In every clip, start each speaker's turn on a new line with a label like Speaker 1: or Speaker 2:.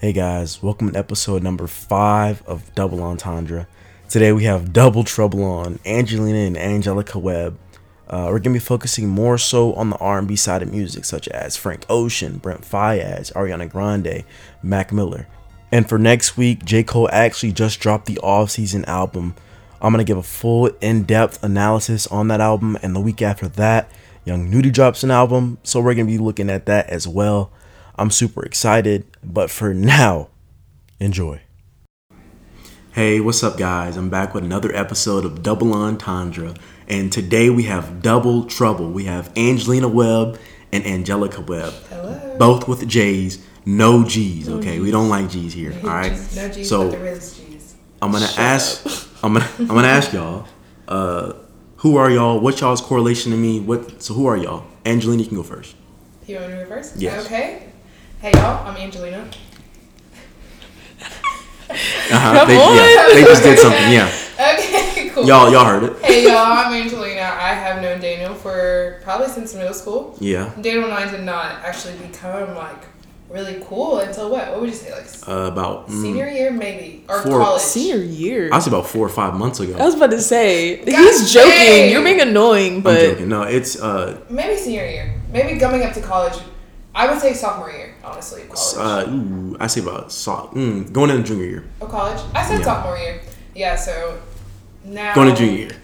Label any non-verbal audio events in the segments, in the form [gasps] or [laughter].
Speaker 1: Hey guys, welcome to episode number five of Double Entendre. Today we have Double Trouble on Angelina and Angelica Webb. Uh, we're gonna be focusing more so on the R&B side of music, such as Frank Ocean, Brent Fayez, Ariana Grande, Mac Miller. And for next week, J. Cole actually just dropped the off-season album. I'm gonna give a full in-depth analysis on that album, and the week after that, Young Nudie drops an album, so we're gonna be looking at that as well. I'm super excited, but for now, enjoy. Hey, what's up, guys? I'm back with another episode of Double Entendre, and today we have double trouble. We have Angelina Webb and Angelica Webb, both with J's, no G's. Okay, we don't like G's here. All right,
Speaker 2: [laughs] No G's,
Speaker 1: so
Speaker 2: but there is G's.
Speaker 1: I'm gonna ask. I'm gonna I'm gonna ask y'all. Uh, who are y'all? What's y'all's correlation to me? What? So who are y'all? Angelina, you can go first.
Speaker 2: You want me to reverse?
Speaker 1: Yes.
Speaker 2: Okay. Hey y'all, I'm Angelina. [laughs]
Speaker 1: Uh-huh. They, yeah, they just did something. Yeah,
Speaker 2: Okay, [laughs] cool.
Speaker 1: y'all y'all heard it.
Speaker 2: Hey y'all, I'm Angelina. I have known Daniel for probably since middle school.
Speaker 1: Yeah.
Speaker 2: Daniel and I did not actually become like really cool until what? What would you say, like s-
Speaker 1: Uh, about mm,
Speaker 2: senior year maybe or
Speaker 1: Four-
Speaker 2: college?
Speaker 3: Senior year.
Speaker 1: I was about four or five months ago.
Speaker 3: I was about to say
Speaker 2: God
Speaker 3: he's joking.
Speaker 2: dang.
Speaker 3: You're being annoying,
Speaker 1: I'm
Speaker 3: but
Speaker 1: joking. No, it's uh,
Speaker 2: Maybe senior year. Maybe coming up to college. I would say sophomore year, honestly. of
Speaker 1: s-
Speaker 2: College.
Speaker 1: uh ooh, I say about so, mm, going into junior year,
Speaker 2: of college. I said
Speaker 1: yeah.
Speaker 2: sophomore year. Yeah. So now
Speaker 1: going to junior year.
Speaker 2: [laughs]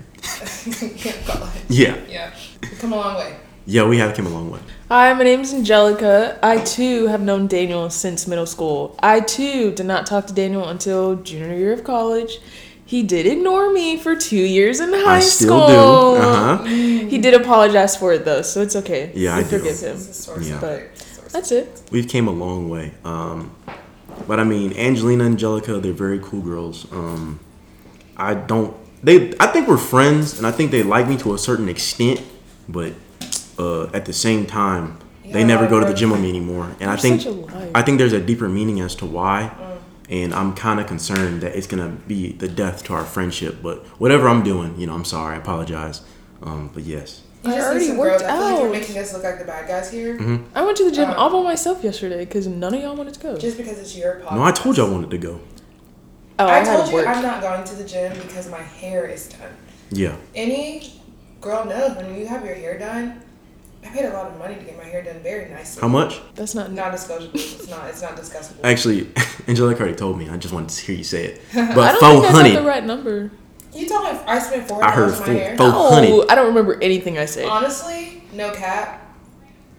Speaker 2: Yeah, college.
Speaker 1: Yeah,
Speaker 2: Yeah. We've come a long way.
Speaker 1: yeah, we have came a long way.
Speaker 3: hi, my name's Angelica. I too have known Daniel since middle school. I too did not talk to Daniel until junior year of college. He did ignore me for two years in high
Speaker 1: I still do.
Speaker 3: school.
Speaker 1: Uh huh.
Speaker 3: He did apologize for it though, so it's okay.
Speaker 1: Yeah,
Speaker 3: we
Speaker 1: I do.
Speaker 3: forgive him.
Speaker 2: This is source
Speaker 1: Yeah.
Speaker 2: subject, source
Speaker 3: That's it.
Speaker 1: We've came a long way. Um, but I mean, Angelina, Angelica, they're very cool girls. Um, I don't. They. I think we're friends, and I think they like me to a certain extent. But uh, at the same time, they
Speaker 2: Yeah,
Speaker 1: never go to the
Speaker 2: we're-
Speaker 1: gym with me anymore. And I
Speaker 3: You're
Speaker 1: think
Speaker 3: such a liar.
Speaker 1: I think there's a deeper meaning as to why. And I'm kind of concerned that it's gonna be the death to our friendship. But whatever I'm doing, you know, I'm sorry. I apologize. Um, but yes,
Speaker 2: You
Speaker 3: I
Speaker 2: just
Speaker 3: already
Speaker 2: need some
Speaker 3: worked
Speaker 2: growth. I feel like you're
Speaker 3: out.
Speaker 2: making us look like the bad guys here,
Speaker 1: Mm-hmm.
Speaker 3: I went to the gym
Speaker 2: Uh,
Speaker 3: all by myself yesterday because none of y'all wanted to go.
Speaker 2: just because it's your podcast.
Speaker 1: no, I told you I wanted to go.
Speaker 3: oh,
Speaker 2: I,
Speaker 3: I, had
Speaker 2: told
Speaker 3: to
Speaker 2: you
Speaker 3: work.
Speaker 2: I'm not going to the gym because my hair is done.
Speaker 1: Yeah,
Speaker 2: Any girl knows when you have your hair done. I paid a lot of money to get my hair done very nicely.
Speaker 1: how much?
Speaker 3: That's not
Speaker 2: Not discussable. It's not. It's not discussable.
Speaker 1: Actually, [laughs] Angelica already told me. I just wanted to hear you say it.
Speaker 3: [laughs] I
Speaker 1: But
Speaker 3: don't
Speaker 1: four
Speaker 3: think that's not the
Speaker 1: hundred,
Speaker 3: right number.
Speaker 2: you told me I spent four
Speaker 1: I heard
Speaker 2: dollars on my hair.
Speaker 1: four hundred.
Speaker 3: Oh, I don't remember anything I said.
Speaker 2: Honestly, no cap.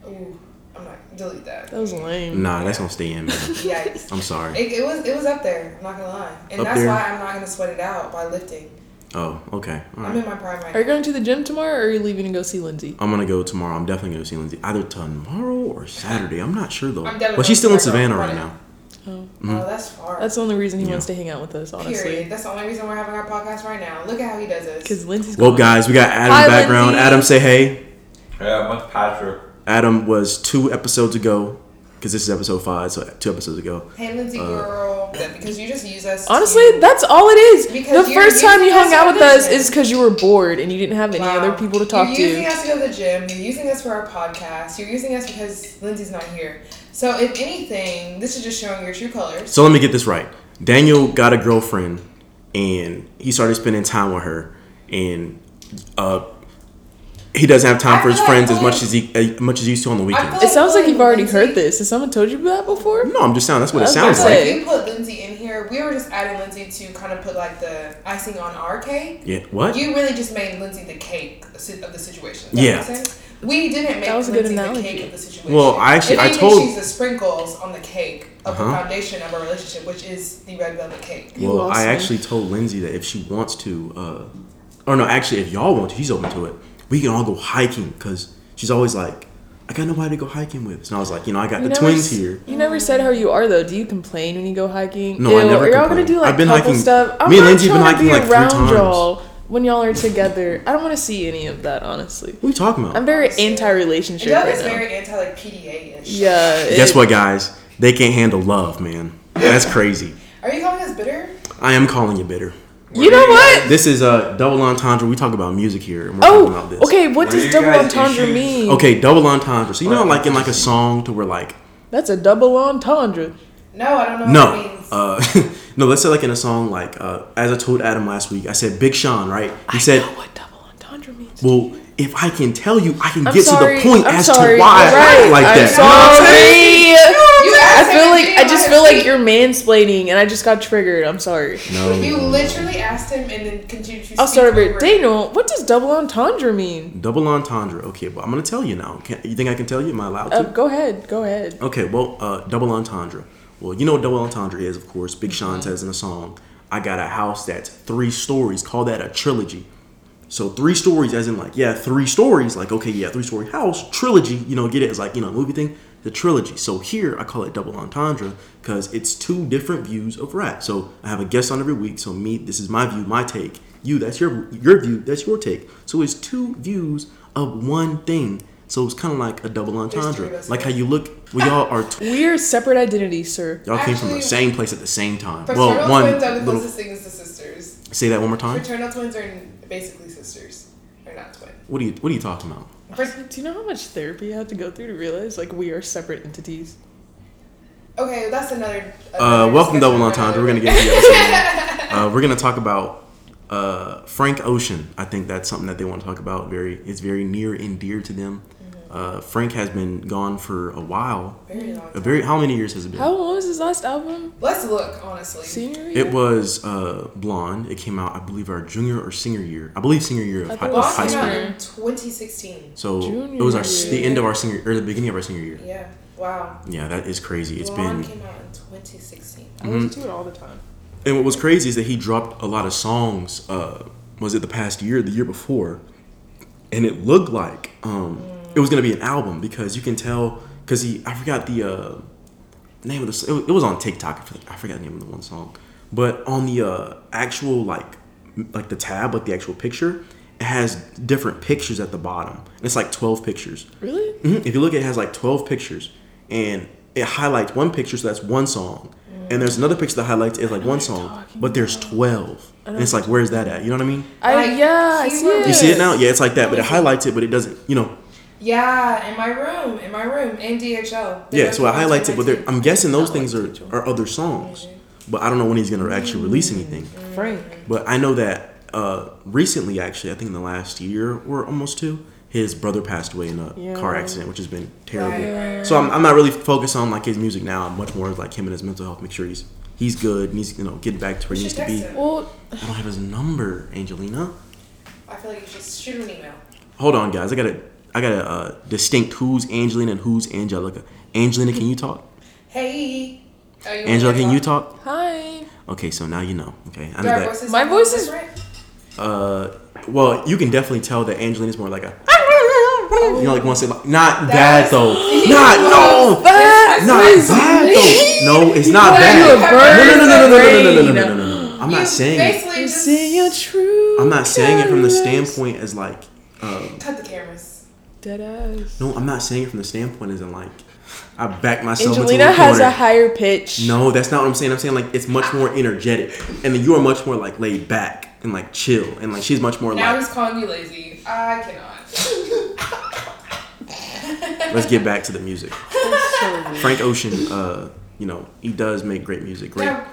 Speaker 2: Ooh, I'm not delete that.
Speaker 3: That was lame.
Speaker 1: Nah, that's gonna stay in, man.
Speaker 2: Yikes.
Speaker 1: I'm sorry.
Speaker 2: It, it was it was up there. I'm not gonna lie, and
Speaker 1: Up
Speaker 2: that's
Speaker 1: there?
Speaker 2: why I'm not gonna sweat it out by lifting.
Speaker 1: Oh, okay. All
Speaker 2: I'm
Speaker 1: right.
Speaker 2: in my prime right
Speaker 3: Are you going to the gym tomorrow or are you leaving to go see Lindsay?
Speaker 1: I'm gonna go tomorrow. I'm definitely gonna see Lindsay either tomorrow or Saturday. I'm not sure though.
Speaker 2: I'm definitely
Speaker 1: But she's still
Speaker 2: going
Speaker 1: in
Speaker 2: to tomorrow.
Speaker 1: Savannah right now.
Speaker 3: Oh.
Speaker 1: Mm-hmm.
Speaker 2: now. Oh, that's far.
Speaker 3: That's the only reason he
Speaker 1: Yeah.
Speaker 3: wants to hang out with us, honestly.
Speaker 2: period. That's the only reason we're having our podcast right now. Look at how he does this.
Speaker 3: Because Lindsay's
Speaker 1: Well,
Speaker 3: gone.
Speaker 1: guys, we got Adam
Speaker 3: Hi,
Speaker 1: background.
Speaker 3: Lindsay.
Speaker 1: Adam, say hey.
Speaker 4: Yeah, I'm with Patrick.
Speaker 1: Adam was two episodes ago, because this is episode five, so two episodes ago.
Speaker 2: Hey, Lindsay
Speaker 1: uh,
Speaker 2: girl, that- because you just use us.
Speaker 3: Honestly,
Speaker 2: to,
Speaker 3: that's all it is.
Speaker 2: Because
Speaker 3: the
Speaker 2: you're
Speaker 3: first time you
Speaker 2: using us
Speaker 3: hung out
Speaker 2: for
Speaker 3: with us
Speaker 2: business.
Speaker 3: is because you were bored and you didn't have any
Speaker 2: Wow.
Speaker 3: other people to talk
Speaker 2: You're using
Speaker 3: to.
Speaker 2: us to go to the gym. You're using us for our podcast. You're using us because Lindsay's not here. So if anything, this is just showing your true colors.
Speaker 1: So let me get this right. Daniel got a girlfriend, and he started spending time with her, and uh, he doesn't have time
Speaker 2: I
Speaker 1: for his
Speaker 2: feel
Speaker 1: friends
Speaker 2: like
Speaker 1: as much
Speaker 2: only-
Speaker 1: as he as much as he used to on the
Speaker 2: I
Speaker 1: weekends.
Speaker 2: feel
Speaker 3: It sounds like
Speaker 2: only
Speaker 3: you've already
Speaker 2: Lindsay-
Speaker 3: heard this. Has someone told you that before?
Speaker 1: No, I'm just saying that's what it
Speaker 3: I was
Speaker 1: sounds
Speaker 3: about to
Speaker 1: like.
Speaker 3: say.
Speaker 2: Like, we put Lindsay in here. We were just adding Lindsay to kind of put like the icing on our cake.
Speaker 1: Yeah. What?
Speaker 2: You really just made Lindsay the cake of the situation. Does that
Speaker 1: Yeah.
Speaker 2: make sense? We didn't make
Speaker 3: That was a good
Speaker 2: Lindsay the
Speaker 3: analogy.
Speaker 2: cake of the situation.
Speaker 1: Well, I actually-
Speaker 2: If
Speaker 1: I
Speaker 2: anything,
Speaker 1: told-
Speaker 2: she's the sprinkles on the cake of the
Speaker 1: Uh-huh.
Speaker 2: foundation of our relationship, which is the red velvet cake.
Speaker 3: You
Speaker 1: well, I
Speaker 3: also-
Speaker 1: actually told Lindsay that if she wants to, uh, or no, actually, if y'all want to, she's open to it. We can all go hiking because she's always like, I got nobody to go hiking with. And I was like, you know, I got the
Speaker 3: You never
Speaker 1: twins
Speaker 3: s-
Speaker 1: here.
Speaker 3: You never said how you are though. Do you complain when you go hiking?
Speaker 1: No, I
Speaker 3: Ew,
Speaker 1: never
Speaker 3: Are y'all
Speaker 1: complain.
Speaker 3: gonna do like
Speaker 1: I've been
Speaker 3: couple
Speaker 1: hiking-
Speaker 3: stuff? I'm
Speaker 1: me and
Speaker 3: not
Speaker 1: Lindsay have been
Speaker 3: trying to be
Speaker 1: hiking, like, three
Speaker 3: around
Speaker 1: times.
Speaker 3: y'all when y'all are together. I don't want to see any of that, honestly.
Speaker 1: What are you talking about?
Speaker 3: I'm very
Speaker 2: Honestly.
Speaker 3: anti-relationship
Speaker 2: Y'all
Speaker 3: right
Speaker 2: is
Speaker 3: now.
Speaker 2: very anti like PDA ish.
Speaker 3: yeah. it-
Speaker 1: Guess what, guys? They can't handle love, man. That's crazy.
Speaker 2: Are you calling us bitter?
Speaker 1: I am calling you bitter.
Speaker 3: You know what?
Speaker 1: This is a double entendre. We talk about music here, and we're talking about
Speaker 3: Oh,
Speaker 1: this.
Speaker 3: okay. What
Speaker 4: Were
Speaker 3: does
Speaker 4: you
Speaker 3: double
Speaker 4: guys
Speaker 3: entendre
Speaker 4: issues?
Speaker 3: mean?
Speaker 1: Okay, double entendre. So you know,
Speaker 4: Oh,
Speaker 1: like in like a
Speaker 4: interesting.
Speaker 1: song, to where like
Speaker 3: That's a double entendre.
Speaker 2: No, I don't know what it
Speaker 1: No.
Speaker 2: means.
Speaker 1: Uh, [laughs] no, let's say like in a song like uh, as I told Adam last week, I said Big Sean, right? He said,
Speaker 3: I know what double entendre means.
Speaker 1: "Well, if I can tell you, I can
Speaker 3: I'm
Speaker 1: get
Speaker 3: sorry.
Speaker 1: to the point
Speaker 3: I'm
Speaker 1: as
Speaker 3: sorry.
Speaker 1: to why
Speaker 3: You're
Speaker 1: I act
Speaker 3: right.
Speaker 1: like
Speaker 3: I'm
Speaker 1: that."
Speaker 3: Sorry.
Speaker 2: You
Speaker 3: I
Speaker 2: asked him
Speaker 3: feel
Speaker 2: to
Speaker 3: like
Speaker 2: be
Speaker 3: I
Speaker 2: on
Speaker 3: just
Speaker 2: his
Speaker 3: feel
Speaker 2: feet.
Speaker 3: like you're mansplaining, and I just got triggered. I'm sorry.
Speaker 1: No.
Speaker 2: You literally asked him and then continued to.
Speaker 3: I'll
Speaker 2: speak
Speaker 3: start over.
Speaker 2: him.
Speaker 3: Daniel, what does double entendre mean?
Speaker 1: Double entendre. Okay, but I'm gonna tell you now. Can, you think I can tell you? Am I allowed to?
Speaker 3: Uh, go ahead. Go ahead.
Speaker 1: Okay, well, uh, double entendre. Well, you know what double entendre is, of course. Big Sean says in a song, I got a house that's three stories. Call that a trilogy. So three stories, as in like, yeah, three stories. Like, okay, yeah, three story house, trilogy. You know, get it as like, you know, movie thing. The trilogy. So here I call it double entendre because it's two different views of rap. So I have a guest on every week. So me, this is my view, my take. You, that's your your view, that's your take. So it's two views of one thing. So it's kind of like a double
Speaker 2: three of
Speaker 1: entendre,
Speaker 2: us
Speaker 1: like how you look when y'all are tw-
Speaker 3: We're separate identities, sir.
Speaker 1: Y'all came from the
Speaker 2: Actually,
Speaker 1: same place at the same time.
Speaker 2: Fraternal
Speaker 1: Well, one
Speaker 2: twins are the
Speaker 1: little,
Speaker 2: closest things to sisters.
Speaker 1: say that one more time.
Speaker 2: Fraternal twins are basically sisters. They're not twins.
Speaker 1: What are you What are you talking about?
Speaker 2: Frat-
Speaker 3: Do you know how much therapy I had to go through to realize like we are separate entities?
Speaker 2: Okay, that's another.
Speaker 1: Uh,
Speaker 2: another
Speaker 1: welcome,
Speaker 2: discussion
Speaker 1: Double
Speaker 2: for
Speaker 1: Entendre. We're gonna
Speaker 2: another
Speaker 1: get to the episode. now. Uh, we're gonna talk about uh, Frank Ocean. I think that's something that they want to talk about. Very, it's very near and dear to them. Uh, Frank has been gone for a while.
Speaker 3: Mm.
Speaker 2: Very long
Speaker 1: A
Speaker 2: time.
Speaker 1: very how many years has it been?
Speaker 3: How long was his last album?
Speaker 2: Let's look honestly.
Speaker 3: Senior year?
Speaker 1: It was uh, Blonde. It came out, I believe, our junior or senior year. I believe senior year of
Speaker 3: I
Speaker 1: hi-
Speaker 3: think
Speaker 1: of
Speaker 3: it
Speaker 2: Lost
Speaker 1: high
Speaker 2: came
Speaker 1: school.
Speaker 2: out
Speaker 3: senior.
Speaker 2: in 2016.
Speaker 1: So it
Speaker 3: Junior
Speaker 1: was our s- the
Speaker 3: year.
Speaker 1: end of our senior or the beginning of our senior year.
Speaker 2: Yeah. Wow.
Speaker 1: Yeah, that is crazy. It's
Speaker 2: Blonde
Speaker 1: been
Speaker 2: came out in 2016.
Speaker 3: I listen to it all the time.
Speaker 1: And what was crazy is that he dropped a lot of songs. Uh, was it the past year, the year before? And it looked like um, it was gonna be an album because you can tell because he I forgot the uh, name of the s- it was- it was on TikTok. I forgot- I forgot the name of the one song, but on the uh, actual like m- like the tab like the actual picture, it has different pictures at the bottom. It's like twelve pictures.
Speaker 3: Really?
Speaker 1: Mhm. If you look, it has like 12 pictures, and it highlights one picture, so that's one song. And there's another picture that highlights it like one song,
Speaker 3: talking
Speaker 1: but there's 12. And it's like, where's that at? You know what I mean?
Speaker 3: I
Speaker 2: Like,
Speaker 3: yeah, I
Speaker 2: he
Speaker 3: see
Speaker 2: wrote-
Speaker 3: it.
Speaker 1: You see it now?
Speaker 2: Yes.
Speaker 1: Yeah, it's like that, but it highlights it, but it doesn't, you know.
Speaker 2: Yeah, in my room, in my room, in DHL. They
Speaker 1: Yeah, so it
Speaker 2: both came out
Speaker 1: highlights it, but there-
Speaker 2: 2019.
Speaker 1: I'm guessing those
Speaker 3: Not like
Speaker 1: things are,
Speaker 3: Teacher.
Speaker 1: are other songs. But I don't know when he's going to actually release anything.
Speaker 3: Frank.
Speaker 1: But I know that uh, recently, actually, I think in the last year or almost two, his brother passed away in a
Speaker 3: Yeah.
Speaker 1: car accident, which has been terrible.
Speaker 2: Right, right,
Speaker 1: So I'm, I'm not really focused on like his music now. I'm much more like him and his mental health. Make sure he's he's good and he's you know getting back to where
Speaker 2: You
Speaker 1: he
Speaker 2: should
Speaker 1: needs to be.
Speaker 2: text him.
Speaker 3: Well,
Speaker 1: I don't have his number, Angelina.
Speaker 2: I feel like you should shoot him an email.
Speaker 1: Hold on, guys. I gotta I gotta uh, distinct who's Angelina and who's Angelica. Angelina, can you
Speaker 2: [laughs]
Speaker 1: talk?
Speaker 2: Hey. Oh, you
Speaker 1: Angela, can you talk?
Speaker 3: hi.
Speaker 1: Okay, so now you know. Okay, I
Speaker 2: Do
Speaker 1: know
Speaker 2: our
Speaker 1: that.
Speaker 2: voices
Speaker 3: My
Speaker 2: sound
Speaker 3: voice is-
Speaker 2: different?
Speaker 1: Uh, well, you can definitely tell that Angelina's more like a. You know, like once it like not bad
Speaker 2: [laughs]
Speaker 1: though, not no, not
Speaker 3: But
Speaker 1: bad
Speaker 2: [laughs]
Speaker 1: though. No, it's not
Speaker 2: What?
Speaker 1: bad.
Speaker 2: You a
Speaker 1: No, no, no, no, no, no, no, no, no, no,
Speaker 3: bird
Speaker 1: no, no, no, no. I'm
Speaker 2: You
Speaker 1: not saying.
Speaker 2: Basically,
Speaker 3: You
Speaker 2: just
Speaker 3: see your true.
Speaker 1: I'm not saying it from the
Speaker 3: colors.
Speaker 1: standpoint as like. Um,
Speaker 2: cut the cameras.
Speaker 3: Dead ass.
Speaker 1: no, I'm not saying it from the standpoint as in like. I back myself into
Speaker 3: Angelina
Speaker 1: a
Speaker 3: has
Speaker 1: corner.
Speaker 3: a higher pitch.
Speaker 1: no, that's not what I'm saying. I'm saying like it's much more energetic, and then you are much more like laid back and like chill, and like she's much more
Speaker 2: Now
Speaker 1: like.
Speaker 2: he's calling you lazy. I cannot.
Speaker 1: Let's get back to the music.
Speaker 3: That's so weird.
Speaker 1: Frank Ocean, uh, you know, he does make great music. Great,
Speaker 2: Now,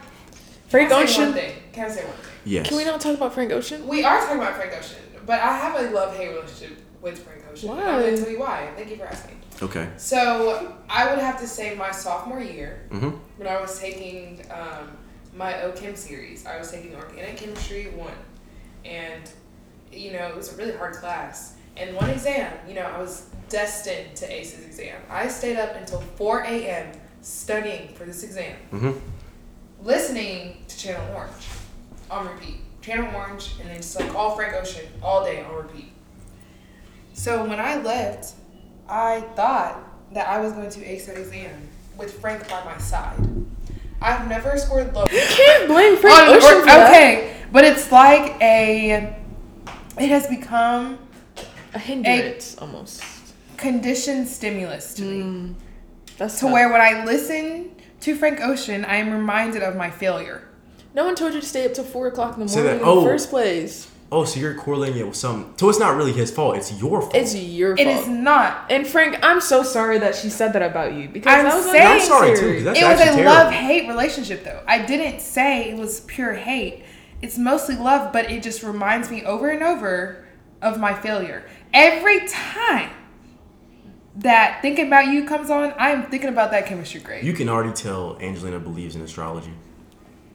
Speaker 3: Frank
Speaker 2: can I say one
Speaker 3: Ocean.
Speaker 2: thing? Can I say one thing?
Speaker 1: yes.
Speaker 3: Can we not talk about Frank Ocean?
Speaker 2: We are talking about Frank Ocean, but I have a love-hate relationship with Frank Ocean. and I'm
Speaker 3: Why?
Speaker 2: going to tell you why. Thank you for asking.
Speaker 1: Okay.
Speaker 2: So I would have to say my sophomore year,
Speaker 1: Mhm.
Speaker 2: when I was taking um, my OChem series, I was taking organic chemistry one, and you know it was a really hard class. And one exam, you know, I was destined to ace this exam. I stayed up until four a.m. studying for this exam,
Speaker 1: Mhm.
Speaker 2: listening to Channel Orange on repeat. Channel Orange, and then just like all Frank Ocean all day on repeat. So when I left, I thought that I was going to ace that exam with Frank by my side. I've never scored low.
Speaker 3: You can't blame [gasps]
Speaker 2: on-
Speaker 3: Frank Ocean for that.
Speaker 2: okay, but it's like a. It has become
Speaker 3: A hindrance, almost.
Speaker 2: conditioned stimulus to me.
Speaker 3: Mm, That's
Speaker 2: To where when I listen to Frank Ocean, I am reminded of my failure.
Speaker 3: No one told you to stay up till four o'clock in the
Speaker 1: Say
Speaker 3: morning
Speaker 1: that-
Speaker 3: in
Speaker 1: oh.
Speaker 3: the first place.
Speaker 1: Oh, so you're correlating it with some. So it's not really his fault. It's your fault.
Speaker 3: It's your fault.
Speaker 2: It is not.
Speaker 3: And Frank, I'm so sorry that she said that about you because
Speaker 2: I'm
Speaker 3: that was
Speaker 2: saying-
Speaker 1: I'm sorry too.
Speaker 3: unnecessary.
Speaker 1: 'cause That's
Speaker 2: it was a
Speaker 1: actually
Speaker 2: love
Speaker 1: terrible.
Speaker 2: hate relationship though. I didn't say it was pure hate. It's mostly love, but it just reminds me over and over of my failure. Every time that thinking about you comes on, I am thinking about that chemistry grade.
Speaker 1: You can already tell Angelina believes in astrology.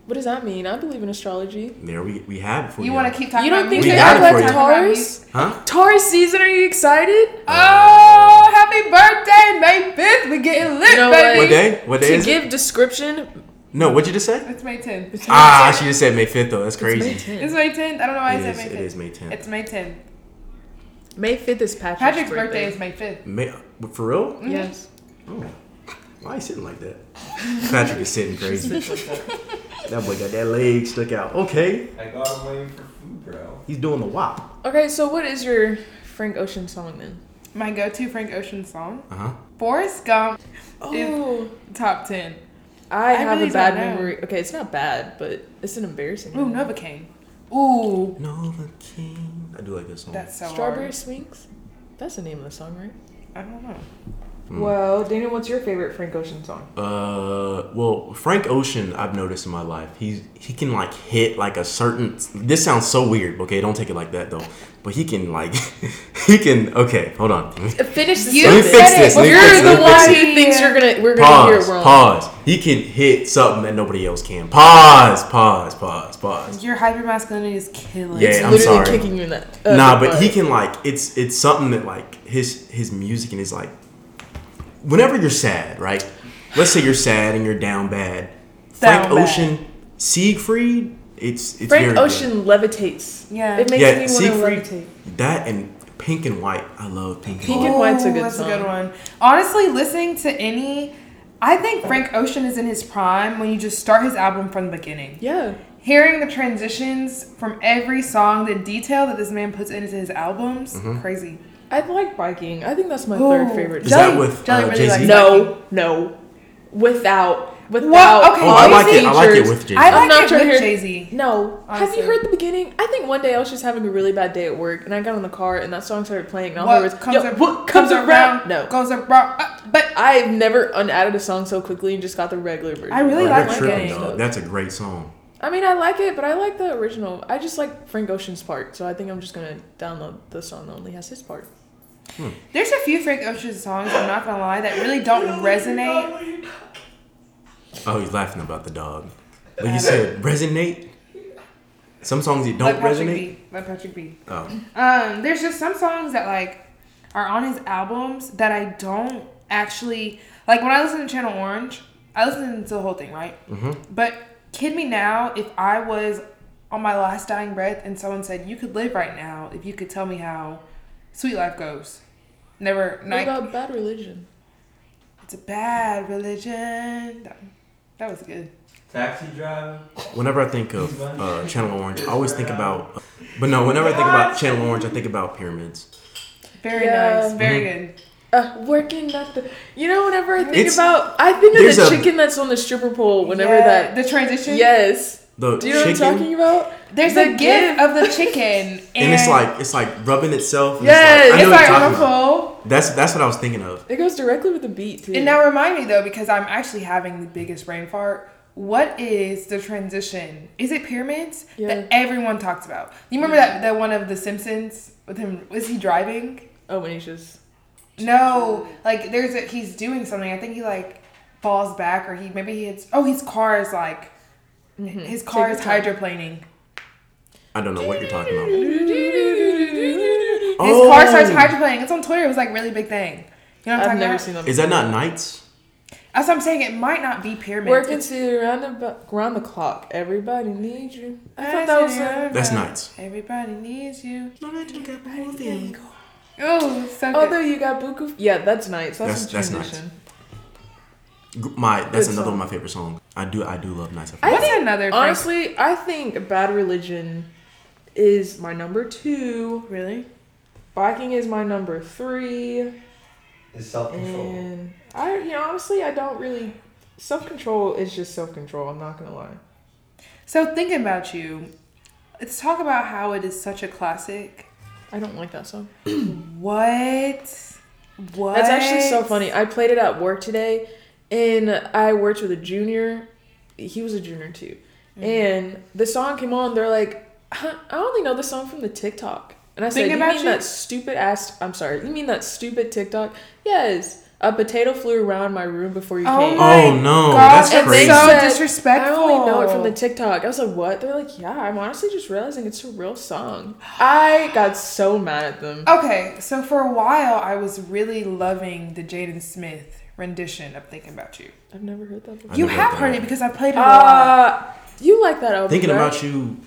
Speaker 3: What does that mean? I believe in astrology.
Speaker 1: There we we have it for you.
Speaker 2: You want to keep talking
Speaker 3: You don't
Speaker 2: about
Speaker 3: think
Speaker 1: We
Speaker 2: music?
Speaker 3: they
Speaker 1: got
Speaker 3: act
Speaker 1: it for
Speaker 3: like
Speaker 1: you.
Speaker 3: Taurus?
Speaker 1: Huh?
Speaker 3: Taurus season, are you excited?
Speaker 2: Oh, happy birthday, May 5th. We're getting lit,
Speaker 3: You know
Speaker 2: baby.
Speaker 1: What day? What day
Speaker 3: to
Speaker 1: is
Speaker 3: give
Speaker 1: it?
Speaker 3: description,
Speaker 1: No, what'd you just say?
Speaker 2: It's May 10th. It's
Speaker 1: Ah, she just said May fifth though. That's
Speaker 3: it's May
Speaker 1: crazy.
Speaker 3: 10th.
Speaker 2: May 10th. I don't know why I
Speaker 1: It
Speaker 2: said
Speaker 1: is-
Speaker 2: May 10th.
Speaker 1: it is May 10th.
Speaker 2: It's May 10th.
Speaker 3: May 5th is Patrick's,
Speaker 2: Patrick's birthday is May 5th.
Speaker 1: May, for real?
Speaker 3: Yes.
Speaker 1: Oh, why you sitting like that? Patrick is
Speaker 2: [laughs]
Speaker 1: sitting crazy. that boy got that leg stuck out. Okay,
Speaker 4: I got him waiting for food, bro.
Speaker 1: he's doing the wop.
Speaker 3: Okay, so what is your Frank Ocean song then?
Speaker 2: My go to Frank Ocean song
Speaker 1: Uh
Speaker 3: Uh-huh.
Speaker 1: huh.
Speaker 2: Forrest Gump,
Speaker 3: Oh,
Speaker 2: top 10.
Speaker 3: I, have
Speaker 2: really
Speaker 3: a bad
Speaker 2: don't know.
Speaker 3: memory. Okay, it's not bad, but it's an embarrassing.
Speaker 2: Ooh, Novocaine. Ooh,
Speaker 1: Nova King. I do like this song.
Speaker 2: that's so
Speaker 3: Strawberry
Speaker 2: hard.
Speaker 3: Swings? That's the name of the song, right?
Speaker 2: I don't know.
Speaker 1: Hmm.
Speaker 3: Well, Daniel, what's your favorite Frank Ocean song?
Speaker 1: Uh, well, Frank Ocean, I've noticed in my life, he's he can like hit like a certain. This sounds so weird. Okay, don't take it like that though. But he can like, [laughs] he can. Okay, hold on.
Speaker 3: Finish the
Speaker 2: You
Speaker 1: Let me
Speaker 2: said
Speaker 1: fix
Speaker 2: it.
Speaker 1: this. Let me
Speaker 3: You're
Speaker 1: fix it.
Speaker 3: the
Speaker 1: Let me fix
Speaker 3: one
Speaker 1: it.
Speaker 3: who thinks you're gonna we're gonna
Speaker 1: Pause.
Speaker 3: hear it wrong.
Speaker 1: Pause. He can hit something that nobody else can. Pause. Pause. Pause. Pause.
Speaker 2: Your hyper masculinity is killing.
Speaker 1: Yeah,
Speaker 3: It's
Speaker 1: I'm
Speaker 3: literally
Speaker 1: sorry.
Speaker 3: kicking you in the uh,
Speaker 1: nah,
Speaker 3: the
Speaker 1: but
Speaker 3: butt.
Speaker 1: he can like it's it's something that like his his music and his like whenever you're sad, right? Let's say you're sad and you're down bad. Frank
Speaker 2: Down bad.
Speaker 1: Ocean, Siegfried. It's it's very
Speaker 3: Frank
Speaker 1: good.
Speaker 3: Ocean levitates.
Speaker 2: Yeah.
Speaker 3: It makes
Speaker 1: Yeah,
Speaker 3: me want
Speaker 1: Siegfried.
Speaker 3: to levitate.
Speaker 1: That and Pink and White. I love Pink and
Speaker 3: Pink
Speaker 1: White.
Speaker 3: and White's a good
Speaker 2: that's
Speaker 3: song.
Speaker 2: a good one. Honestly, listening to any, I think Frank Ocean is in his prime when you just start his album from the beginning.
Speaker 3: Yeah.
Speaker 2: Hearing the transitions from every song, the detail that this man puts into his albums, crazy.
Speaker 3: I like biking. I think that's my
Speaker 2: Ooh.
Speaker 3: third favorite.
Speaker 1: Mm-hmm. Is
Speaker 3: song.
Speaker 1: that with, uh, Jay-Z?
Speaker 2: likes
Speaker 3: no,
Speaker 2: Biking.
Speaker 3: no. Without without
Speaker 2: Okay,
Speaker 1: Oh, I like it.
Speaker 2: Jay-Z
Speaker 1: I like it
Speaker 3: features.
Speaker 1: with Jay.
Speaker 2: I
Speaker 1: Z.
Speaker 2: like
Speaker 3: I'm not
Speaker 2: it
Speaker 3: trying to
Speaker 2: with
Speaker 3: hear-
Speaker 2: Jay Z.
Speaker 3: No. Have
Speaker 2: Honestly.
Speaker 3: you heard the beginning? I think one day I was just having a really bad day at work and I got in the car and that song started playing and all I heard
Speaker 2: What
Speaker 3: was
Speaker 2: comes,
Speaker 3: "Yo,
Speaker 2: ar-
Speaker 3: what comes around. No.
Speaker 2: goes around. Uh, but
Speaker 3: I've never unadded a song so quickly and just got the regular version.
Speaker 2: I really
Speaker 1: Bro,
Speaker 2: like
Speaker 1: you're
Speaker 2: it.
Speaker 1: tripping,
Speaker 2: Biking.
Speaker 1: dog. That's a great song.
Speaker 3: I mean, I like it, but I like the original. I just like Frank Ocean's part, so I think I'm just gonna download the song that only has his part.
Speaker 2: there's a few Frank Ocean songs. I'm not gonna lie, that really don't resonate.
Speaker 1: Oh, he's laughing about the dog. But you said resonate. Some songs you don't
Speaker 2: Let Patrick
Speaker 1: resonate.
Speaker 2: be. Let Patrick be.
Speaker 1: Oh,
Speaker 2: Um, there's just some songs that like are on his albums that I don't actually like. When I listen to Channel Orange, I listen to the whole thing, right? Mm-hmm. But kid me now, if I was on my last dying breath and someone said you could live right now if you could tell me how sweet life goes. Never,
Speaker 3: What
Speaker 2: like
Speaker 3: about Bad Religion?
Speaker 2: it's a bad religion. That, that was good.
Speaker 4: Taxi driver.
Speaker 1: whenever I think of uh, Channel Orange, I always think about. But no, whenever I think about Channel Orange, I think about pyramids.
Speaker 2: Very
Speaker 3: Yeah.
Speaker 2: nice. Very
Speaker 1: Mm-hmm.
Speaker 2: good.
Speaker 3: Uh, working at the. You know, whenever I think
Speaker 1: It's-
Speaker 3: about, I think of
Speaker 1: there's
Speaker 3: the
Speaker 1: a-
Speaker 3: chicken that's on the stripper pole. Whenever
Speaker 2: Yeah,
Speaker 3: that.
Speaker 2: the transition.
Speaker 3: Yes.
Speaker 1: The
Speaker 3: Do you know
Speaker 1: chicken,
Speaker 3: what I'm talking about?
Speaker 2: There's
Speaker 3: The
Speaker 2: a
Speaker 3: gif.
Speaker 2: gift of the chicken,
Speaker 3: [laughs]
Speaker 2: and,
Speaker 1: and it's like it's like rubbing itself. and
Speaker 3: Yes,
Speaker 1: it's like, I know
Speaker 2: it's
Speaker 1: what
Speaker 2: like
Speaker 1: you're
Speaker 2: on
Speaker 1: talking
Speaker 2: a
Speaker 1: about.
Speaker 2: pole.
Speaker 1: That's that's what I was thinking of.
Speaker 3: It goes directly with the beat too.
Speaker 2: And now remind me though, because I'm actually having the biggest brain fart. What is the transition? Is it pyramids
Speaker 3: Yeah.
Speaker 2: that everyone talks about? You remember that that one of the Simpsons with him? Was he driving?
Speaker 3: oh, when he's just.
Speaker 2: No, like there's a he's doing something. I think he like falls back, or he maybe he hits. Oh, his car is like his car
Speaker 3: Mm-hmm. Take
Speaker 2: is
Speaker 3: your
Speaker 2: hydroplaning.
Speaker 1: I don't know what you're talking about.
Speaker 3: [laughs] I've
Speaker 2: His car starts
Speaker 1: Oh.
Speaker 2: hydroplaning. It's on Twitter. It was like really big thing. You know what I'm talking
Speaker 3: never
Speaker 2: about?
Speaker 3: seen that.
Speaker 1: Is that not nights?
Speaker 2: That's what I'm saying. It might not be pyramids.
Speaker 3: Working
Speaker 2: It's-
Speaker 3: to around about round the clock. Everybody needs you. I thought that was. Like,
Speaker 1: That's nights.
Speaker 2: Everybody needs you.
Speaker 1: That's
Speaker 2: Oh, so good.
Speaker 3: Although you got buku. Yeah, that's nice. That's,
Speaker 1: That's- that's
Speaker 3: a transition.
Speaker 1: nice. my that's
Speaker 3: Good
Speaker 1: another
Speaker 3: song.
Speaker 1: one of my favorite songs. I do I do love nights.
Speaker 3: I
Speaker 2: What's
Speaker 3: think-
Speaker 2: another Frank-
Speaker 3: Honestly, I think Bad Religion is my number two.
Speaker 2: really?
Speaker 3: Biking is my number three.
Speaker 4: Is self control.
Speaker 3: And I, you know, honestly, I don't really. Self control is just self control. I'm not gonna lie.
Speaker 2: So thinking about you, Let's talk about how it is such a classic.
Speaker 3: I don't like that song.
Speaker 2: What? What?
Speaker 3: That's actually so funny. I played it at work today, and I worked with a junior. He was a junior too,
Speaker 2: Mm-hmm.
Speaker 3: and the song came on. They're like, "Huh, "I only know the song from the TikTok," and I
Speaker 2: Think
Speaker 3: said, "You
Speaker 2: about
Speaker 3: mean
Speaker 2: you."
Speaker 3: that stupid ass? I'm sorry. You mean that stupid TikTok? Yes. A potato flew around my room before you
Speaker 2: Oh
Speaker 3: came.
Speaker 2: my
Speaker 1: Oh, no, that's
Speaker 2: gosh, that's
Speaker 1: crazy.
Speaker 2: so
Speaker 3: said,
Speaker 2: disrespectful.
Speaker 3: I only know it from the TikTok. I was like, what? They're like, yeah, I'm honestly just realizing it's a real song. I got so mad at
Speaker 2: Oh.
Speaker 3: them.
Speaker 2: Okay, so for a while I was really loving the Jaden Smith rendition of Thinking About You.
Speaker 3: I've never heard that before.
Speaker 1: I
Speaker 2: you
Speaker 1: never
Speaker 2: have
Speaker 1: heard
Speaker 2: heard
Speaker 1: that.
Speaker 2: it because I played it a lot.
Speaker 3: Uh, you like that album.
Speaker 1: Thinking
Speaker 3: right?
Speaker 1: about you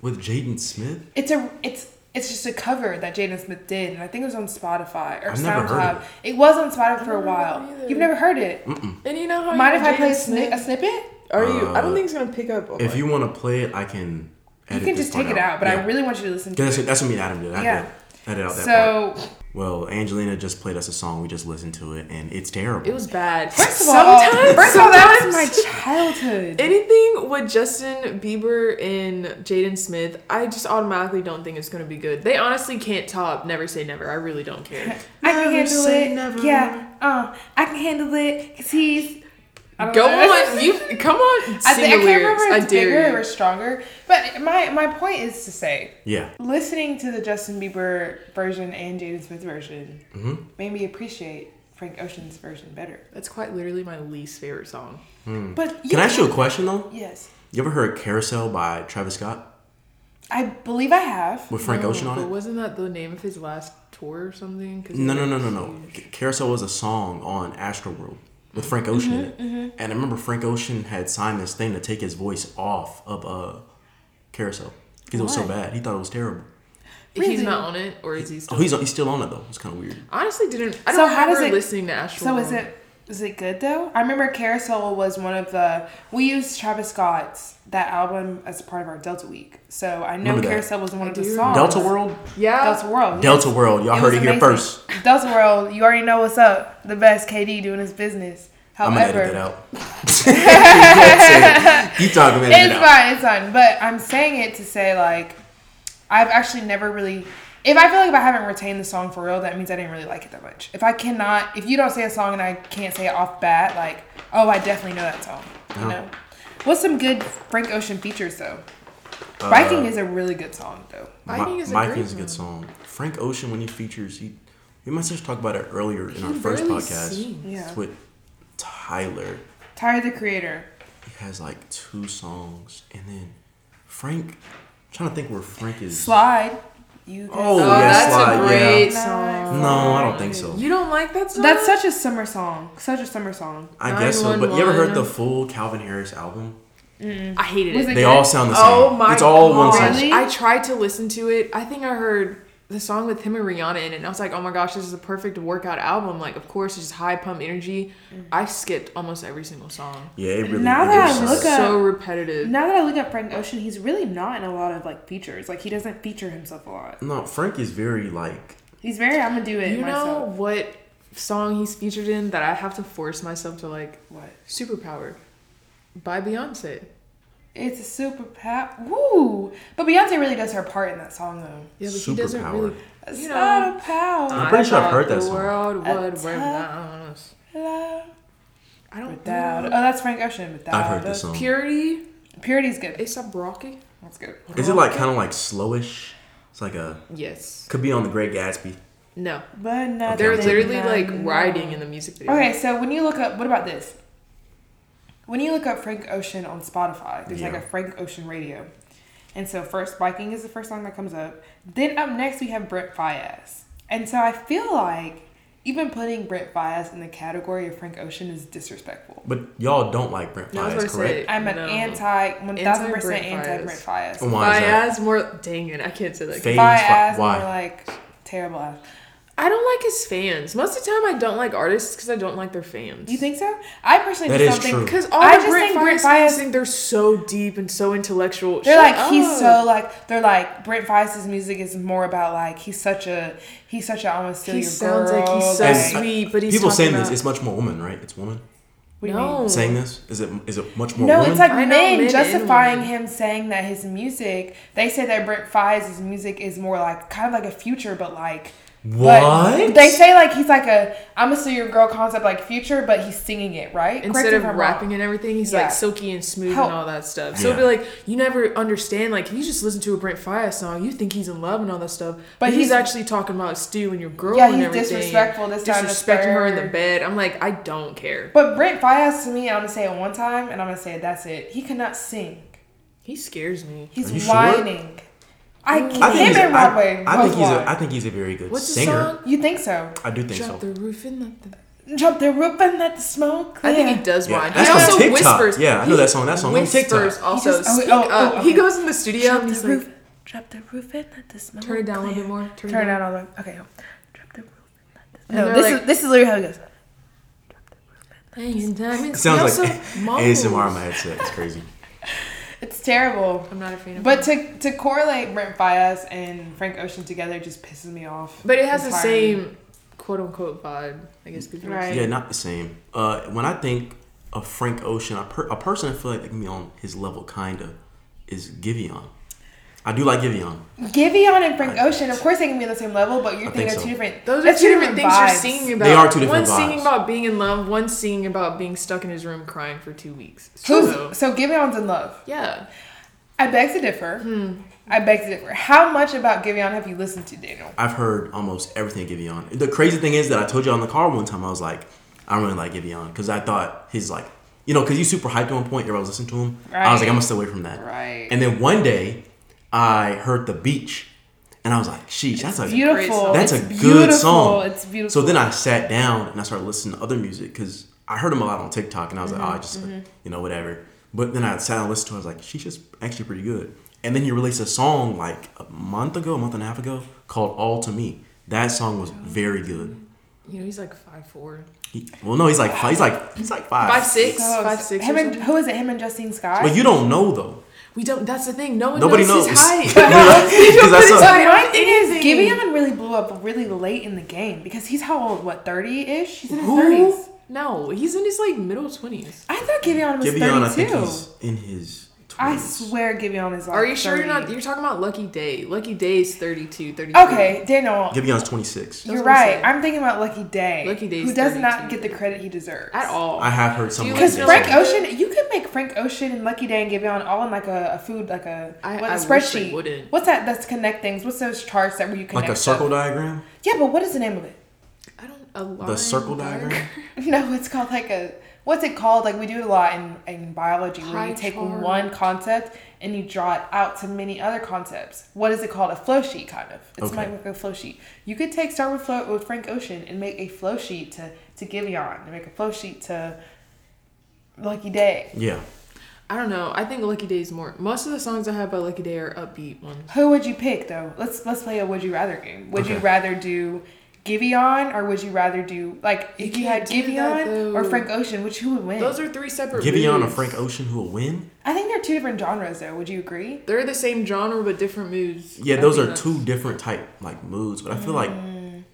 Speaker 1: with Jaden Smith.
Speaker 2: It's a it's it's just a cover that Jaden Smith did, and I think it was on Spotify or
Speaker 1: I've never heard
Speaker 2: SoundCloud.
Speaker 1: of
Speaker 2: It. was on Spotify for a
Speaker 3: never heard of
Speaker 2: while.
Speaker 3: it either.
Speaker 2: You've never heard it.
Speaker 3: And you know how
Speaker 2: Mind
Speaker 3: you
Speaker 2: if I
Speaker 3: Jaden
Speaker 2: play a, sni-
Speaker 3: Smith?
Speaker 2: a snippet?
Speaker 3: Are you? I
Speaker 1: Uh,
Speaker 3: don't think it's gonna pick up. on
Speaker 1: If
Speaker 3: my-
Speaker 1: you want to play it, I can.
Speaker 2: You
Speaker 1: edit
Speaker 2: can
Speaker 1: this
Speaker 2: just take
Speaker 1: part
Speaker 2: it out, but I
Speaker 1: Yeah.
Speaker 2: really want you to listen to
Speaker 1: That's,
Speaker 2: it.
Speaker 1: that's what me and Adam did. I
Speaker 2: Yeah.
Speaker 1: yeah. Edit out that part.
Speaker 2: So
Speaker 1: Well, Angelina just played us a song. We just listened to it, and it's terrible.
Speaker 3: it was bad.
Speaker 2: first of all,
Speaker 3: Sometimes-
Speaker 2: first of all, that was
Speaker 3: sometimes-
Speaker 2: my childhood.
Speaker 3: Anything with Justin Bieber and Jaden Smith, I just automatically don't think it's gonna be good. They honestly can't top "Never Say Never." I really don't care.
Speaker 2: [laughs] I can
Speaker 1: Never
Speaker 2: handle
Speaker 1: say
Speaker 2: it.
Speaker 1: never.
Speaker 2: Yeah, uh, I can handle it because he's. I don't
Speaker 3: Go
Speaker 2: know. [laughs]
Speaker 3: on, you come on. Sing
Speaker 2: I, think, I
Speaker 3: the
Speaker 2: can't
Speaker 3: lyrics.
Speaker 2: remember if
Speaker 3: I
Speaker 2: it's
Speaker 3: dare
Speaker 2: bigger
Speaker 3: you.
Speaker 2: or stronger, but my my point is to say,
Speaker 1: yeah.
Speaker 2: listening to the Justin Bieber version and Jaden Smith version
Speaker 1: hmm
Speaker 2: made me appreciate Frank Ocean's version better.
Speaker 3: That's quite literally my least favorite song.
Speaker 2: But you
Speaker 1: Mm. Can I ask you a question though?
Speaker 2: Yes,
Speaker 1: You ever heard "Carousel" by Travis Scott
Speaker 2: I believe I have.
Speaker 1: with Frank
Speaker 3: No,
Speaker 1: Ocean on
Speaker 3: but
Speaker 1: it?
Speaker 3: wasn't that the name of his last tour or something? 'Cause
Speaker 1: No,
Speaker 3: it
Speaker 1: no, no,
Speaker 3: was
Speaker 1: no, no.
Speaker 3: huge.
Speaker 1: Carousel was a song on Astroworld with Frank Ocean in
Speaker 2: Mm-hmm,
Speaker 1: it, and I remember Frank Ocean had signed this thing to take his voice off of uh, Carousel because it was so
Speaker 2: Why?
Speaker 1: bad. He thought it was terrible.
Speaker 3: He's
Speaker 2: Really?
Speaker 3: not on it, or is he still?
Speaker 1: Oh, he's on, he's still on it though. It's kind of weird.
Speaker 3: Honestly, didn't. I
Speaker 2: So
Speaker 3: don't
Speaker 2: how does
Speaker 3: remember
Speaker 2: it-
Speaker 3: listening to Astro.
Speaker 2: So is it is it good though? I remember Carousel was one of the we used Travis Scott's that album as part of our Delta Week. So I know
Speaker 1: Remember that.
Speaker 2: Carousel was one
Speaker 3: I
Speaker 2: of the
Speaker 3: do
Speaker 2: songs.
Speaker 1: Delta World,
Speaker 3: Yeah.
Speaker 2: Delta World. yes.
Speaker 1: Delta World. Y'all
Speaker 2: It
Speaker 1: heard it
Speaker 2: was
Speaker 1: here
Speaker 2: amazing.
Speaker 1: first.
Speaker 2: Delta World, you already know what's up. The best KD doing his business.
Speaker 1: I'm gonna
Speaker 2: However,
Speaker 1: edit that out. [laughs] That's it. Keep talking, man. Edit
Speaker 2: it's
Speaker 1: it out.
Speaker 2: fine, it's fine. But I'm saying it to say like I've actually never really if I feel like if I haven't retained the song for real, that means I didn't really like it that much. If I cannot if you don't say a song and I can't say it off bat, like, oh I definitely know that song. You
Speaker 1: No.
Speaker 2: know? What's some good Frank Ocean features though?
Speaker 1: Uh,
Speaker 2: Viking is a really good song though.
Speaker 1: Mi-
Speaker 3: Viking is a
Speaker 1: Viking
Speaker 3: great
Speaker 1: is a good song. Frank Ocean when he features, he we must have talked about it earlier in our first
Speaker 3: barely
Speaker 1: podcast
Speaker 3: sings.
Speaker 2: Yeah.
Speaker 1: It's with Tyler.
Speaker 2: Tyler the Creator.
Speaker 1: He has like two songs, and then Frank. I'm trying to think where Frank is.
Speaker 2: Slide. You guys-
Speaker 1: Oh, yeah,
Speaker 3: Oh, that's
Speaker 1: Slide,
Speaker 3: a
Speaker 1: yeah.
Speaker 3: great
Speaker 2: Nice.
Speaker 3: song.
Speaker 1: No, I don't think so.
Speaker 3: You don't like that song?
Speaker 2: That's such a summer song. Such a summer song.
Speaker 1: I guess so. But you ever heard the
Speaker 3: 911?
Speaker 1: full Calvin Harris album?
Speaker 3: I hated
Speaker 2: Was
Speaker 3: it.
Speaker 2: it
Speaker 1: They
Speaker 2: good?
Speaker 1: all sound the same.
Speaker 3: Oh my!
Speaker 1: It's all one
Speaker 3: gosh.
Speaker 1: song.
Speaker 2: Really?
Speaker 3: I tried to listen to it. I think I heard the song with him and Rihanna in it, and I was like, "Oh my gosh, this is a perfect workout album." Like, of course, it's just high pump energy.
Speaker 2: Mm.
Speaker 3: I skipped almost every single song.
Speaker 1: Yeah, it really.
Speaker 2: Now
Speaker 1: it
Speaker 2: that
Speaker 1: is
Speaker 2: I look
Speaker 1: sad.
Speaker 2: at-
Speaker 3: So repetitive.
Speaker 2: Now that I look at Frank Ocean, he's really not in a lot of like features. Like he doesn't feature himself a lot.
Speaker 1: no, Frank is very like.
Speaker 2: He's very I'm gonna do it
Speaker 3: You know
Speaker 2: myself.
Speaker 3: what song he's featured in that I have to force myself to like
Speaker 2: What?
Speaker 3: superpower by Beyonce.
Speaker 2: It's a super pop. Woo! But Beyonce really does her part in that song though.
Speaker 3: Yeah, but he doesn't really.
Speaker 1: Superpower.
Speaker 2: It's
Speaker 3: You
Speaker 2: not
Speaker 3: know,
Speaker 2: a power.
Speaker 1: I'm pretty sure I've
Speaker 3: thought
Speaker 1: heard that
Speaker 3: the
Speaker 1: song.
Speaker 3: World
Speaker 2: At
Speaker 3: would work
Speaker 2: top.
Speaker 3: without us.
Speaker 2: Love
Speaker 3: I don't
Speaker 2: Without. Oh,
Speaker 3: know.
Speaker 2: that's Frank Ocean. Without
Speaker 1: I've heard this
Speaker 2: us.
Speaker 1: song.
Speaker 3: Purity.
Speaker 2: Purity's good.
Speaker 3: ASAP Rocky.
Speaker 2: That's good.
Speaker 1: Is it like kind of like slowish? It's like a
Speaker 3: Yes.
Speaker 1: could be on the Great Gatsby.
Speaker 3: No.
Speaker 2: But not.
Speaker 3: They're
Speaker 1: Okay.
Speaker 3: literally like riding in the music video.
Speaker 2: Okay, so when you look up, what about this? When you look up Frank Ocean on Spotify, there's like
Speaker 1: Yeah.
Speaker 2: a Frank Ocean radio. And so first Viking is the first song that comes up. Then up next we have Brent Fias. And so I feel like even putting Brent Fias in the category of Frank Ocean is disrespectful.
Speaker 1: But y'all don't like Brent
Speaker 3: No, I was
Speaker 1: Fias,
Speaker 3: gonna say-
Speaker 1: correct?
Speaker 2: I'm an
Speaker 3: No.
Speaker 2: anti, 1000%
Speaker 3: Anti-Brent
Speaker 2: anti Brent Fias.
Speaker 1: Why is that?
Speaker 3: Fias more. Dang it, I can't say that.
Speaker 1: Fa-
Speaker 2: Fias,
Speaker 1: Why?
Speaker 2: more like terrible ass.
Speaker 3: I don't like his fans. Most of the time, I don't like artists because I don't like their fans.
Speaker 2: You think so? I personally
Speaker 1: That
Speaker 2: just
Speaker 1: is
Speaker 2: don't think
Speaker 1: true.
Speaker 3: Because all
Speaker 2: I
Speaker 3: the
Speaker 2: just
Speaker 3: Brent
Speaker 2: think Brent
Speaker 3: Fias fans
Speaker 2: Fias-
Speaker 3: think they're so deep and so intellectual.
Speaker 2: They're
Speaker 3: Shut
Speaker 2: like he's
Speaker 3: up.
Speaker 2: so like they're like Brent Fias' music is more about like he's such a he's such a I want to steal
Speaker 3: He
Speaker 2: your
Speaker 3: sounds
Speaker 2: girl.
Speaker 3: like he's so
Speaker 1: And
Speaker 3: sweet, but he's
Speaker 1: people saying
Speaker 3: talking
Speaker 1: this.
Speaker 3: about-
Speaker 1: It's much more woman, right? It's woman.
Speaker 2: What do you
Speaker 3: no.
Speaker 2: mean?
Speaker 1: saying this? Is it is it much more?
Speaker 2: No,
Speaker 1: women?
Speaker 2: it's like
Speaker 3: I
Speaker 2: men,
Speaker 3: know men and
Speaker 2: justifying
Speaker 3: women.
Speaker 2: him saying that his music. They say that Brent Fies' music is more like kind of like a future, but like but
Speaker 1: What?
Speaker 2: they say like he's like a I'm a still your girl concept like future, but he's singing it right
Speaker 3: Instead of rapping
Speaker 2: it.
Speaker 3: and everything, he's
Speaker 2: Yeah.
Speaker 3: like silky and smooth
Speaker 2: Help.
Speaker 3: and all that stuff. So it'd
Speaker 1: Yeah.
Speaker 3: be like, you never understand. Like, if you just listen to a Brent Fire song, you think he's in love and all that stuff. But he's,
Speaker 2: he's-
Speaker 3: actually talking about Stu and your girl
Speaker 2: Yeah,
Speaker 3: and
Speaker 2: he's
Speaker 3: everything.
Speaker 2: disrespectful this time, this
Speaker 3: Disrespecting her in the
Speaker 2: third.
Speaker 3: bed. I'm like, I don't care.
Speaker 2: But Brent Fias to me, I'm gonna say it one time, and I'm gonna say it, that's it. He cannot sing.
Speaker 3: He scares me.
Speaker 1: Are you
Speaker 2: He's
Speaker 1: sure?
Speaker 2: whining. I can't.
Speaker 1: I think
Speaker 2: him
Speaker 1: he's a,
Speaker 2: and Broadway.
Speaker 1: I, I think
Speaker 2: both
Speaker 1: he's a,
Speaker 2: whine.
Speaker 1: I think he's a very good
Speaker 3: What's the
Speaker 1: singer.
Speaker 3: song?
Speaker 2: you think so?
Speaker 1: I do think
Speaker 3: Drop
Speaker 1: so.
Speaker 3: the roof and let the.
Speaker 2: Jump the roof and let the smoke.
Speaker 3: I think
Speaker 2: clear.
Speaker 3: he does
Speaker 1: Yeah,
Speaker 3: whine.
Speaker 1: that's
Speaker 3: he
Speaker 1: on
Speaker 3: also
Speaker 1: TikTok.
Speaker 3: whispers.
Speaker 1: Yeah, I know
Speaker 3: He
Speaker 1: that song. That song on TikTok.
Speaker 3: Whispers also.
Speaker 2: He just- oh,
Speaker 3: speak
Speaker 2: oh,
Speaker 3: up.
Speaker 2: oh,
Speaker 3: He
Speaker 2: okay.
Speaker 3: goes in the studio
Speaker 2: Drop
Speaker 3: and he's
Speaker 2: the
Speaker 3: like,
Speaker 2: roof. Drop the roof and let the smoke.
Speaker 3: turn it down a little
Speaker 2: clear.
Speaker 3: bit more. Turn,
Speaker 2: Turn it
Speaker 3: it down.
Speaker 2: down a little. Okay. go. Drop the roof and
Speaker 3: And
Speaker 2: let the
Speaker 3: they're
Speaker 2: No, this
Speaker 3: like-
Speaker 2: is this is literally how it goes.
Speaker 3: Hanging diamonds. He
Speaker 1: Sounds like [laughs]
Speaker 3: also mumbles.
Speaker 1: ASMR in my headset. It's crazy.
Speaker 2: It's terrible.
Speaker 3: I'm not a fan of
Speaker 2: But to to correlate Brent Fias and Frank Ocean together just pisses me off.
Speaker 3: But it has the
Speaker 2: entirely.
Speaker 3: same quote unquote vibe, I guess. People
Speaker 2: Right.
Speaker 1: Yeah, not the same. Uh, when I think of Frank Ocean, a, per- a person I feel like they can be on his level, kinda, is Giveon. I do like Giveon.
Speaker 2: Giveon and Frank Ocean, of course they can be on the same level, but you're
Speaker 1: I
Speaker 2: thinking
Speaker 1: think
Speaker 2: of two
Speaker 1: so.
Speaker 2: different.
Speaker 3: Those are
Speaker 2: that's
Speaker 3: two different things
Speaker 2: vibes.
Speaker 3: you're singing about.
Speaker 1: They are two different
Speaker 3: One's singing
Speaker 1: vibes.
Speaker 3: about being in love, one's singing about being stuck in his room crying for two weeks. So,
Speaker 2: Who's, so Giveon's in love.
Speaker 3: yeah.
Speaker 2: I beg to differ.
Speaker 3: Hmm.
Speaker 2: I beg to differ. How much about Giveon have you listened to, Daniel?
Speaker 1: I've heard almost everything Giveon. The crazy thing is that I told you on the car one time. I was like, I don't really like Giveon because I thought his like, you know, because he's super hyped at one point. Everybody was listening to him. I was like,
Speaker 2: Right.
Speaker 1: I'm gonna stay away from that.
Speaker 2: Right.
Speaker 1: And then one day, I heard the beach, and I was like, sheesh, that's a
Speaker 2: Beautiful.
Speaker 3: song.
Speaker 1: That's
Speaker 2: Oh, It's
Speaker 1: a good
Speaker 2: beautiful.
Speaker 1: song.
Speaker 2: It's beautiful.
Speaker 1: So then I sat down and I started listening to other music because I heard him a lot on TikTok and I was like, oh,
Speaker 2: Mm-hmm,
Speaker 1: I just, you know, whatever. But then I sat down and listened to it. I was like, she's just actually pretty good. And then he released a song like a month ago, a month and a half ago called All to Me. That song
Speaker 2: Oh.
Speaker 1: was very good.
Speaker 3: You know, he's like five four.
Speaker 1: He, well, no, he's like five, he's like he's like five.
Speaker 3: Five six.
Speaker 2: So
Speaker 3: five
Speaker 2: it's-
Speaker 3: six.
Speaker 2: Him
Speaker 3: or
Speaker 2: and,
Speaker 3: something.
Speaker 2: who is it? Him and Justine Scott.
Speaker 1: But you don't know though.
Speaker 3: we don't that's the thing. No one
Speaker 1: Nobody
Speaker 3: knows,
Speaker 1: knows. [laughs]
Speaker 3: his height. [laughs]
Speaker 1: Because that's
Speaker 2: So
Speaker 1: a-
Speaker 3: Sorry,
Speaker 2: my
Speaker 3: don't
Speaker 2: thing is,
Speaker 3: anything.
Speaker 2: Giveon really blew up really late in the game because he's how old? What thirty ish? He's in his
Speaker 3: Who?
Speaker 2: thirties.
Speaker 3: No, he's in his like middle twenties.
Speaker 2: I thought Giveon was
Speaker 1: Giveon, I think
Speaker 2: thirty-two.
Speaker 1: he's in his
Speaker 2: I,
Speaker 1: 20s.
Speaker 2: swear, Giveon is. Like
Speaker 3: Are you sure you're
Speaker 2: 30.
Speaker 3: not you're talking about Lucky Day? Lucky Day's 32, 33.
Speaker 2: Okay, Daniel,
Speaker 1: Giveon's 26.
Speaker 2: you're
Speaker 3: That's what I'm
Speaker 2: right.
Speaker 3: saying.
Speaker 2: I'm thinking about Lucky Day,
Speaker 3: Lucky Day's
Speaker 2: who does not
Speaker 3: 32.
Speaker 2: get the credit he deserves
Speaker 3: At all.
Speaker 1: I have heard someone.
Speaker 2: Because
Speaker 1: say
Speaker 2: Frank
Speaker 1: something.
Speaker 2: Ocean, you could make Frank Ocean and Lucky Day and Giveon all in like a, a food, like a,
Speaker 3: I-
Speaker 2: what,
Speaker 3: I
Speaker 2: a
Speaker 3: wish they
Speaker 2: spreadsheet.
Speaker 3: wouldn't.
Speaker 2: What's that? That's connect things. What's those charts that where you connect?
Speaker 1: like a
Speaker 2: stuff?
Speaker 1: circle diagram.
Speaker 2: Yeah, but what is the name of it? [laughs]
Speaker 3: I don't a line
Speaker 1: The circle
Speaker 3: dark- [laughs]
Speaker 1: diagram.
Speaker 2: No, it's called like a what's it called? Like we do it a lot in, in biology where
Speaker 3: Pie
Speaker 2: you take
Speaker 3: chart.
Speaker 2: one concept and you draw it out to many other concepts. What is it called? A flow sheet kind of. It's
Speaker 1: Okay.
Speaker 2: like a flow sheet. You could take start with flow with Frank Ocean and make a flow sheet to to Giveon and make a flow sheet to Lucky Day.
Speaker 1: Yeah.
Speaker 3: I don't know. I think Lucky Day is more. Most of the songs I have by Lucky Day are upbeat ones.
Speaker 2: Who would you pick though? Let's let's play a would you rather game. Would you
Speaker 1: Okay.
Speaker 2: rather do Giveon or would you rather do like
Speaker 3: You
Speaker 2: if you had
Speaker 3: can't do that,
Speaker 2: Giveon or
Speaker 3: though.
Speaker 2: Frank Ocean, which who would win?
Speaker 3: Those are three separate.
Speaker 1: Giveon or
Speaker 3: moves.
Speaker 1: Frank Ocean who will win?
Speaker 2: I think they're two different genres though. Would you agree?
Speaker 3: They're the same genre but different moods.
Speaker 1: Yeah,
Speaker 3: I
Speaker 1: those
Speaker 3: think
Speaker 1: are
Speaker 3: that's-
Speaker 1: two different type like moods, but I feel like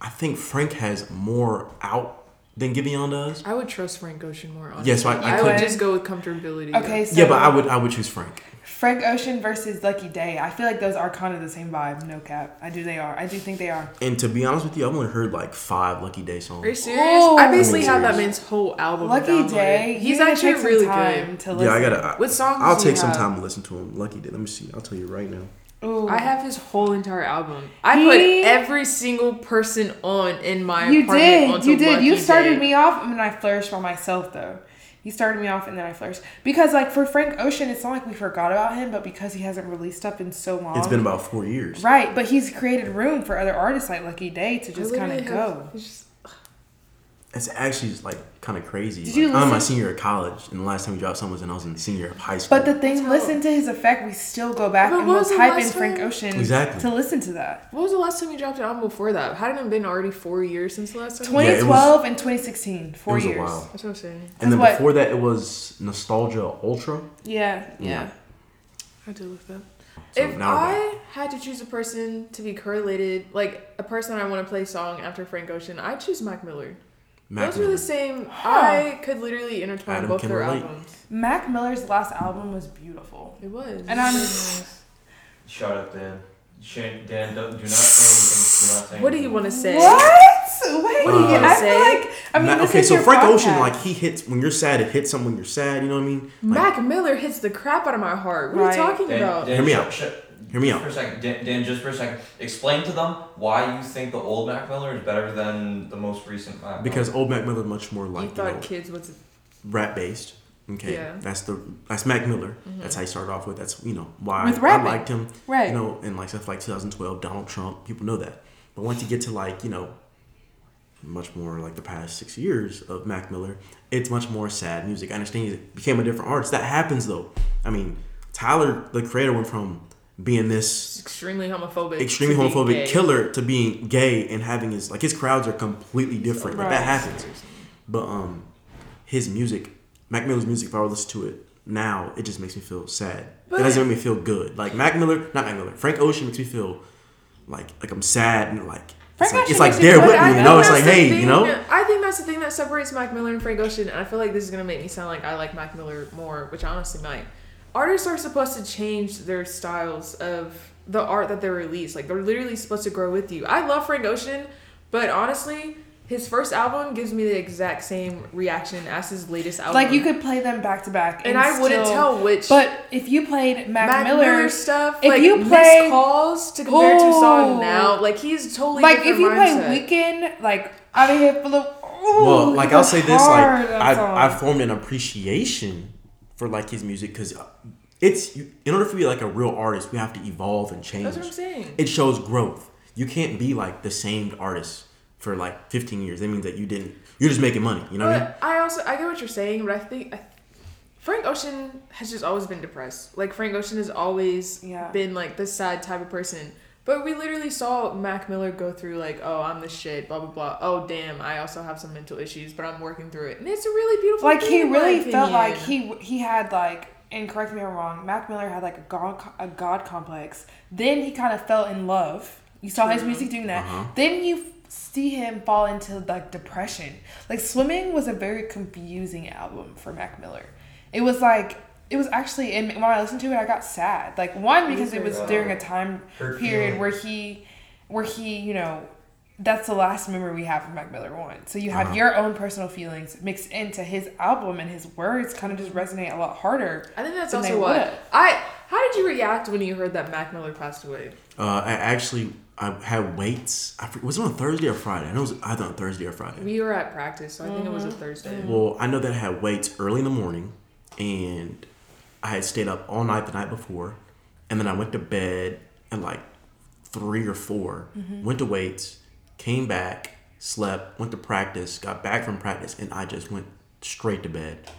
Speaker 1: I think Frank has more out than Giveon does.
Speaker 3: I would trust Frank Ocean more. Honestly.
Speaker 1: Yes, I- I
Speaker 3: I, would
Speaker 2: could-
Speaker 3: just go with comfortability.
Speaker 2: Okay, so
Speaker 1: yeah, but I would I would choose Frank.
Speaker 2: Frank Ocean versus Lucky Day. I feel like those are kind of the same vibe. No cap, I do. They are. I do think they are.
Speaker 1: And to be honest with you, I've only heard like five Lucky Day songs.
Speaker 3: Are you serious? I
Speaker 2: Ooh.
Speaker 3: basically have that
Speaker 1: Serious.
Speaker 3: man's whole album.
Speaker 2: Lucky
Speaker 3: downloaded.
Speaker 2: Day.
Speaker 3: He's
Speaker 2: you're gonna
Speaker 3: actually
Speaker 2: take some
Speaker 3: really
Speaker 2: time
Speaker 3: good.
Speaker 2: To listen.
Speaker 1: Yeah, I gotta. I,
Speaker 3: What songs
Speaker 1: I'll
Speaker 3: do
Speaker 1: take
Speaker 3: you
Speaker 1: some
Speaker 3: have?
Speaker 1: time to listen to him. Lucky Day. Let me see. I'll tell you right now.
Speaker 2: Ooh.
Speaker 3: I have his whole entire album. I
Speaker 2: He-
Speaker 3: put every single person on in my
Speaker 2: You
Speaker 3: apartment
Speaker 2: did.
Speaker 3: onto
Speaker 2: You did. You
Speaker 3: Lucky
Speaker 2: started
Speaker 3: Day.
Speaker 2: me off, and then I flourished for myself though. You started me off, and then I flourished because, like, for Frank Ocean, it's not like we forgot about him, but because he hasn't released stuff in so long,
Speaker 1: It's been about four years.
Speaker 2: [laughs] right. But he's created room for other artists like Lucky Day to
Speaker 3: I
Speaker 2: just kind
Speaker 3: literally
Speaker 2: of
Speaker 3: have-
Speaker 2: go.
Speaker 3: it's just-
Speaker 1: It's actually just, like kind of crazy.
Speaker 2: Did you
Speaker 1: Like, I'm my
Speaker 2: listen-
Speaker 1: senior year of college, and the last time we dropped song was when I was in the senior year of high school.
Speaker 2: But the
Speaker 3: That's
Speaker 2: thing,
Speaker 3: how-
Speaker 2: listen to his effect. We still go back
Speaker 3: But
Speaker 2: and
Speaker 3: what
Speaker 2: we'll
Speaker 3: was the
Speaker 2: type in
Speaker 3: last
Speaker 2: Frank
Speaker 3: time?
Speaker 2: Ocean
Speaker 1: Exactly.
Speaker 2: to listen to that.
Speaker 3: What was the last time you dropped an album before that? Hadn't it been already four years since the last time?
Speaker 1: Yeah, it was-
Speaker 2: 2012 and 2016,
Speaker 1: it
Speaker 2: four
Speaker 1: was
Speaker 2: years.
Speaker 1: a while.
Speaker 3: That's what I'm saying.
Speaker 1: And then
Speaker 2: That's what-
Speaker 1: before that, it was Nostalgia Ultra.
Speaker 2: Yeah, yeah.
Speaker 3: I did look that.
Speaker 1: So
Speaker 3: if
Speaker 1: now we're
Speaker 3: I had to choose a person to be correlated, like a person I want to play song after Frank Ocean, I choose Mac Miller.
Speaker 1: Mac
Speaker 3: Those were
Speaker 1: Miller.
Speaker 3: the same. I could literally intertwine
Speaker 1: Adam
Speaker 3: both
Speaker 1: can
Speaker 3: their
Speaker 1: relate.
Speaker 3: albums.
Speaker 2: Mac Miller's last album was beautiful.
Speaker 3: It was.
Speaker 2: And [sighs] I'm
Speaker 4: Shut up, Dan. Shane, Dan, don't, do not say anything. Do not say
Speaker 3: what do you
Speaker 4: anything.
Speaker 3: want to say?
Speaker 2: What? Wait,
Speaker 1: What are you gonna
Speaker 2: I
Speaker 3: say?
Speaker 2: feel like I mean,
Speaker 1: Ma-
Speaker 2: this
Speaker 1: okay,
Speaker 2: is
Speaker 1: so
Speaker 2: your
Speaker 1: Frank
Speaker 2: podcast.
Speaker 1: Ocean, like he hits when you're sad, it hits him when you're sad. You know what I mean? Like,
Speaker 3: Mac Miller hits the crap out of my heart. What
Speaker 2: Right.
Speaker 3: are you talking
Speaker 4: Dan,
Speaker 3: about?
Speaker 4: Dan,
Speaker 1: Hear me
Speaker 4: shut-
Speaker 1: out.
Speaker 4: shut-
Speaker 1: Hear me
Speaker 4: just
Speaker 1: out.
Speaker 4: For a second, Dan, Dan, just for a second, explain to them why you think the old Mac Miller is better than the most recent Mac. Miller.
Speaker 1: because old Mac Miller much more
Speaker 3: you
Speaker 1: like you
Speaker 3: thought
Speaker 1: know,
Speaker 3: kids was
Speaker 1: rap based. Okay,
Speaker 3: Yeah.
Speaker 1: that's the that's Mac Miller. That's how he started off with. That's you know why
Speaker 2: Mm-hmm. With
Speaker 1: I- I
Speaker 2: rapping.
Speaker 1: liked him.
Speaker 2: Right.
Speaker 1: You know, and like stuff like 2012, Donald Trump. People know that. But once you get to like you know, much more like the past six years of Mac Miller, it's much more sad music. I understand he became a different artist. That happens though. I mean, Tyler, the creator, went from being this
Speaker 3: extremely homophobic.
Speaker 1: extremely
Speaker 3: to being
Speaker 1: homophobic
Speaker 3: gay.
Speaker 1: killer to being gay and having his like his crowds are completely different. Like,
Speaker 2: Right.
Speaker 1: that happens. But um his music, Mac Miller's music, if I were to listen to it now, it just makes me feel sad.
Speaker 3: But-
Speaker 1: it doesn't make me feel good. Like Mac Miller, not Mac Miller, Frank Ocean makes me feel like like I'm sad and like it's
Speaker 2: Frank
Speaker 1: like,
Speaker 2: Ocean
Speaker 1: it's like
Speaker 2: makes you
Speaker 1: there
Speaker 2: feel
Speaker 1: with
Speaker 2: like,
Speaker 1: me,
Speaker 2: I
Speaker 1: you
Speaker 3: think
Speaker 1: know? It's
Speaker 3: that's
Speaker 1: like,
Speaker 3: the
Speaker 1: hey, you
Speaker 3: thing-
Speaker 1: know?
Speaker 3: I think that's the thing that separates Mac Miller and Frank Ocean, and I feel like this is gonna make me sound like I like Mac Miller more, which I honestly might. Artists are supposed to change their styles of the art that they release. Like they're literally supposed to grow with you. I love Frank Ocean, but honestly, his first album gives me the exact same reaction as his latest album.
Speaker 2: Like you could play them back to back,
Speaker 3: and I wouldn't
Speaker 2: still-
Speaker 3: tell which.
Speaker 2: But if you played Mac,
Speaker 3: Mac Miller,
Speaker 2: Miller,
Speaker 3: stuff.
Speaker 2: if
Speaker 3: like
Speaker 2: you
Speaker 3: missed
Speaker 2: play-
Speaker 3: calls to compare to song
Speaker 2: Ooh.
Speaker 3: now, like he's totally
Speaker 2: like if
Speaker 3: different
Speaker 2: you
Speaker 3: mindset.
Speaker 2: play Weekend, like out of here for the ooh,
Speaker 3: Oh,
Speaker 1: well, like I'll say this, like I, I
Speaker 2: I've,
Speaker 1: formed an appreciation for like his music because it's you, in order for you to be like a real artist, we have to evolve and change.
Speaker 3: That's what I'm saying.
Speaker 1: It shows growth. You can't be like the same artist for like 15 years. That means that you didn't. You're just making money. You know what I mean?
Speaker 3: But I also I get what you're saying, but I think I, Frank Ocean has just always been depressed. Like Frank Ocean has always
Speaker 2: Yeah.
Speaker 3: been like the sad type of person. But we literally saw Mac Miller go through like, oh, I'm the shit, blah blah blah. Oh damn, I also have some mental issues, but I'm working through it, and it's a really beautiful.
Speaker 2: like
Speaker 3: thing,
Speaker 2: he
Speaker 3: in my
Speaker 2: really felt like
Speaker 3: opinion.
Speaker 2: he he had like and correct me if I'm wrong. Mac Miller had like a god a god complex. Then he kind of fell in love. You saw his music doing that.
Speaker 1: Uh-huh.
Speaker 2: Then you f- see him fall into like depression. Like swimming was a very confusing album for Mac Miller. It was like it was actually and when I listened to it, I got sad. Like one because it was during a time
Speaker 4: Hurt
Speaker 2: period
Speaker 4: feelings.
Speaker 2: where he where he you know that's the last memory we have of Mac Miller one. So you have your own personal feelings mixed into his album, and his words kind of just resonate a lot harder.
Speaker 3: I think that's
Speaker 2: than they
Speaker 3: also what
Speaker 2: would.
Speaker 3: I. How did you react when you heard that Mac Miller passed away?
Speaker 1: Uh, I actually I had weights. I, forget- was it on Thursday or Friday? I know it was either on Thursday or Friday.
Speaker 3: We were at practice, so I think it
Speaker 2: Mm-hmm.
Speaker 3: was a Thursday.
Speaker 1: Well, I know that I had weights early in the morning, and I had stayed up all night the night before, and then I went to bed at like three or 4 Went to weights, came back, slept, went to practice, got back from practice, and I just went straight to bed.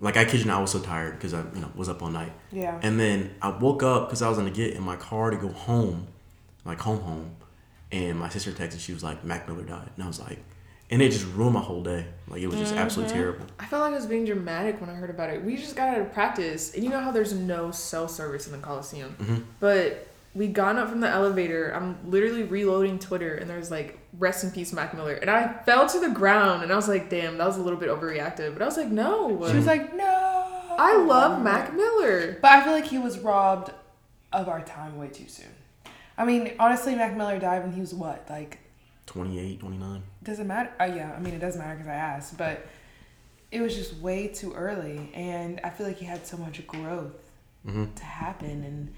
Speaker 1: Like I kid you not, I was so tired because I you know was up all night.
Speaker 2: Yeah.
Speaker 1: And then I woke up because I was gonna get in my car to go home, like home home, and my sister texted. She was like, "Mac Miller died," and I was like, and it just ruined my whole day. Like it was just absolutely
Speaker 2: Mm-hmm.
Speaker 1: terrible.
Speaker 3: I felt like I was being dramatic when I heard about it. We just got out of practice, and you know how there's no cell service in the Coliseum.
Speaker 1: Mm-hmm.
Speaker 3: But we got up from the elevator. I'm literally reloading Twitter, and there's like "Rest in peace, Mac Miller," and I fell to the ground, and I was like, "Damn, that was a little bit overreactive." But I was like, "No,
Speaker 2: She was like, no.
Speaker 3: I love Mac Miller."
Speaker 2: But I feel like he was robbed of our time way too soon. I mean, honestly, Mac Miller died when he was what? Like,
Speaker 1: 28, 29.
Speaker 2: doesn't matter. Uh, yeah, I mean, it doesn't matter because I asked, but it was just way too early. And I feel like he had so much growth
Speaker 1: Mm-hmm.
Speaker 2: to happen. And,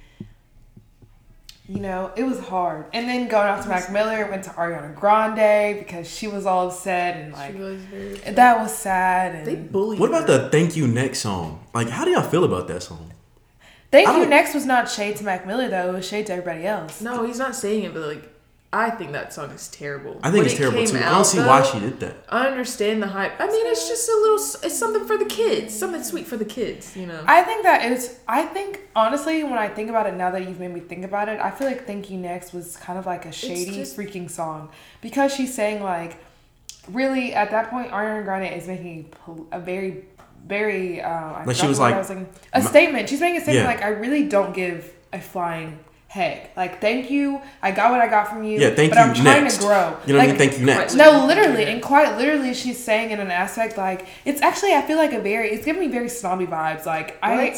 Speaker 2: you know, it was hard. And then going off to Mac Miller, went to Ariana Grande because she was all upset and, like,
Speaker 3: She was very.
Speaker 2: that was sad. And
Speaker 3: They bullied.
Speaker 1: What about
Speaker 3: her.
Speaker 1: the "Thank You Next" song? Like, how do y'all feel about that song?
Speaker 2: Thank
Speaker 1: I
Speaker 2: You
Speaker 1: don't-
Speaker 2: Next was not shade to Mac Miller, though. It was shade to everybody else.
Speaker 3: No, he's not saying it, but like, I think that song is terrible.
Speaker 1: I think
Speaker 3: When
Speaker 1: it's
Speaker 3: it
Speaker 1: terrible
Speaker 3: came
Speaker 1: too. I
Speaker 3: out,
Speaker 1: don't see why
Speaker 3: though,
Speaker 1: she did that.
Speaker 3: I understand the hype. I mean, it's just a little. It's something for the kids. Something sweet for the kids. You know.
Speaker 2: I think that it's. I think honestly, when I think about it now that you've made me think about it, I feel like "Thank You Next" was kind of like a shady
Speaker 3: just-
Speaker 2: freaking song because she's saying like, really at that point, Ariana Grande is making a, pol- a very, very. Uh, I
Speaker 1: Like, she
Speaker 2: forgot
Speaker 1: was
Speaker 2: what I
Speaker 1: like-
Speaker 2: was thinking. a statement. She's making a statement
Speaker 1: Yeah.
Speaker 2: like, I really don't give a flying heck. Like, thank you. I got what I got from you.
Speaker 1: Yeah, thank
Speaker 2: but
Speaker 1: you,
Speaker 2: I'm trying
Speaker 1: next.
Speaker 2: to grow.
Speaker 1: You know what I mean?
Speaker 2: like,
Speaker 1: Thank you next.
Speaker 2: No, literally, and quite literally, she's saying in an aspect like it's actually I feel like a very it's giving me very snobby vibes. Like I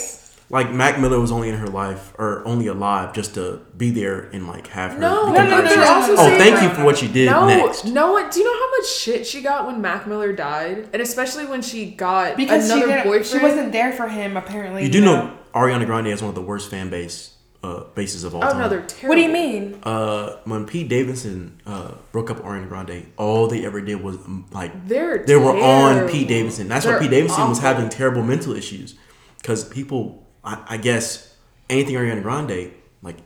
Speaker 1: Like Mac Miller was only in her life or only alive just to be there and like have her.
Speaker 3: No,
Speaker 1: become
Speaker 3: no, no,
Speaker 1: the
Speaker 3: no,
Speaker 1: actress.
Speaker 3: no, also
Speaker 1: Oh,
Speaker 3: saying,
Speaker 1: thank
Speaker 3: like,
Speaker 1: you for what you did
Speaker 3: No,
Speaker 1: next.
Speaker 3: no one. Do you know how much shit she got when Mac Miller died, and especially when she got
Speaker 2: because she,
Speaker 3: another
Speaker 2: didn't,
Speaker 3: boyfriend?
Speaker 2: she wasn't there for him apparently.
Speaker 1: You do know Ariana Grande has one of the worst fan base uh, bases of all
Speaker 3: Oh
Speaker 1: time.
Speaker 3: no, they're terrible.
Speaker 2: What do you mean?
Speaker 1: Uh, when Pete Davidson uh, broke up Ariana Grande, all they ever did was um, like
Speaker 3: They're
Speaker 1: they were on
Speaker 3: terrible.
Speaker 1: Pete Davidson. That's why
Speaker 3: They're
Speaker 1: Pete Davidson was
Speaker 3: awful.
Speaker 1: having terrible mental issues because people, I, I guess, anything Ariana Grande like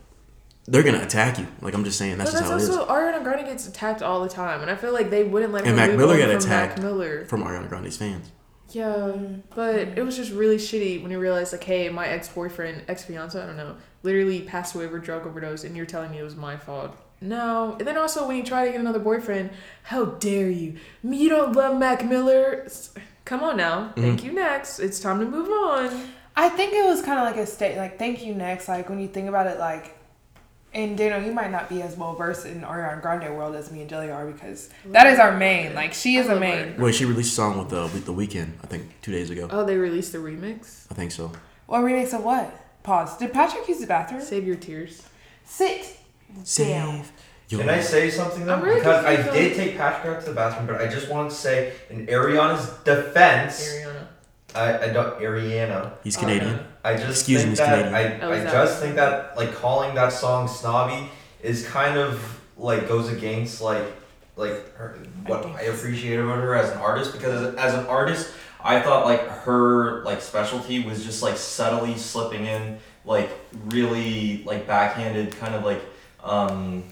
Speaker 1: they're gonna attack you. Like I'm just saying, that's
Speaker 3: But
Speaker 1: just
Speaker 3: that's
Speaker 1: how it is.
Speaker 3: also Ariana Grande gets attacked all the time, and I feel like they wouldn't let her.
Speaker 1: And Mac
Speaker 3: move
Speaker 1: Miller
Speaker 3: on
Speaker 1: got
Speaker 3: from
Speaker 1: attacked
Speaker 3: Mac Miller.
Speaker 1: from Ariana Grande's fans.
Speaker 3: Yeah,
Speaker 2: Hmm.
Speaker 3: but it was just really shitty when you realize like, hey, my ex boyfriend, ex fiance, I don't know, literally passed away of a drug overdose, and you're telling me it was my fault. No, and then also when you try to get another boyfriend, how dare you? Me, You don't love Mac Miller. S- Come on now,
Speaker 2: Hmm.
Speaker 3: thank you next. It's time to move on.
Speaker 2: I think it was kind of like a state, like thank you next. Like when you think about it, like, and Daniel, you might not be as well versed in Ariana Grande world as me and Jelly are because that is our main. Like she is
Speaker 3: I
Speaker 2: a
Speaker 3: love
Speaker 2: main.
Speaker 1: Wait, she released a song with uh, the with the weekend. I think two days ago.
Speaker 3: Oh, they released the remix.
Speaker 1: I think so.
Speaker 2: Well, remix of what? Pause. Did Patrick use the bathroom?
Speaker 3: Save your tears.
Speaker 2: Sit. Damn.
Speaker 1: Save your
Speaker 4: Can I say something though?
Speaker 3: I'm really
Speaker 4: because I
Speaker 3: confused on-
Speaker 4: did take Patrick out to the bathroom, but I just wanted to say in Ariana's defense,
Speaker 3: Ariana.
Speaker 4: I, I don't Ariana.
Speaker 1: He's
Speaker 3: Oh,
Speaker 1: Canadian.
Speaker 4: I just
Speaker 1: Excuse me,
Speaker 4: think
Speaker 1: Miss
Speaker 4: that
Speaker 1: Canadian.
Speaker 4: I,
Speaker 3: Oh,
Speaker 4: I
Speaker 3: is that-
Speaker 4: just think that like calling that song snobby is kind of like goes against like like her, what I appreciate about her as an artist because as, as an artist I thought like her like specialty was just like subtly slipping in like really like backhanded kind of like um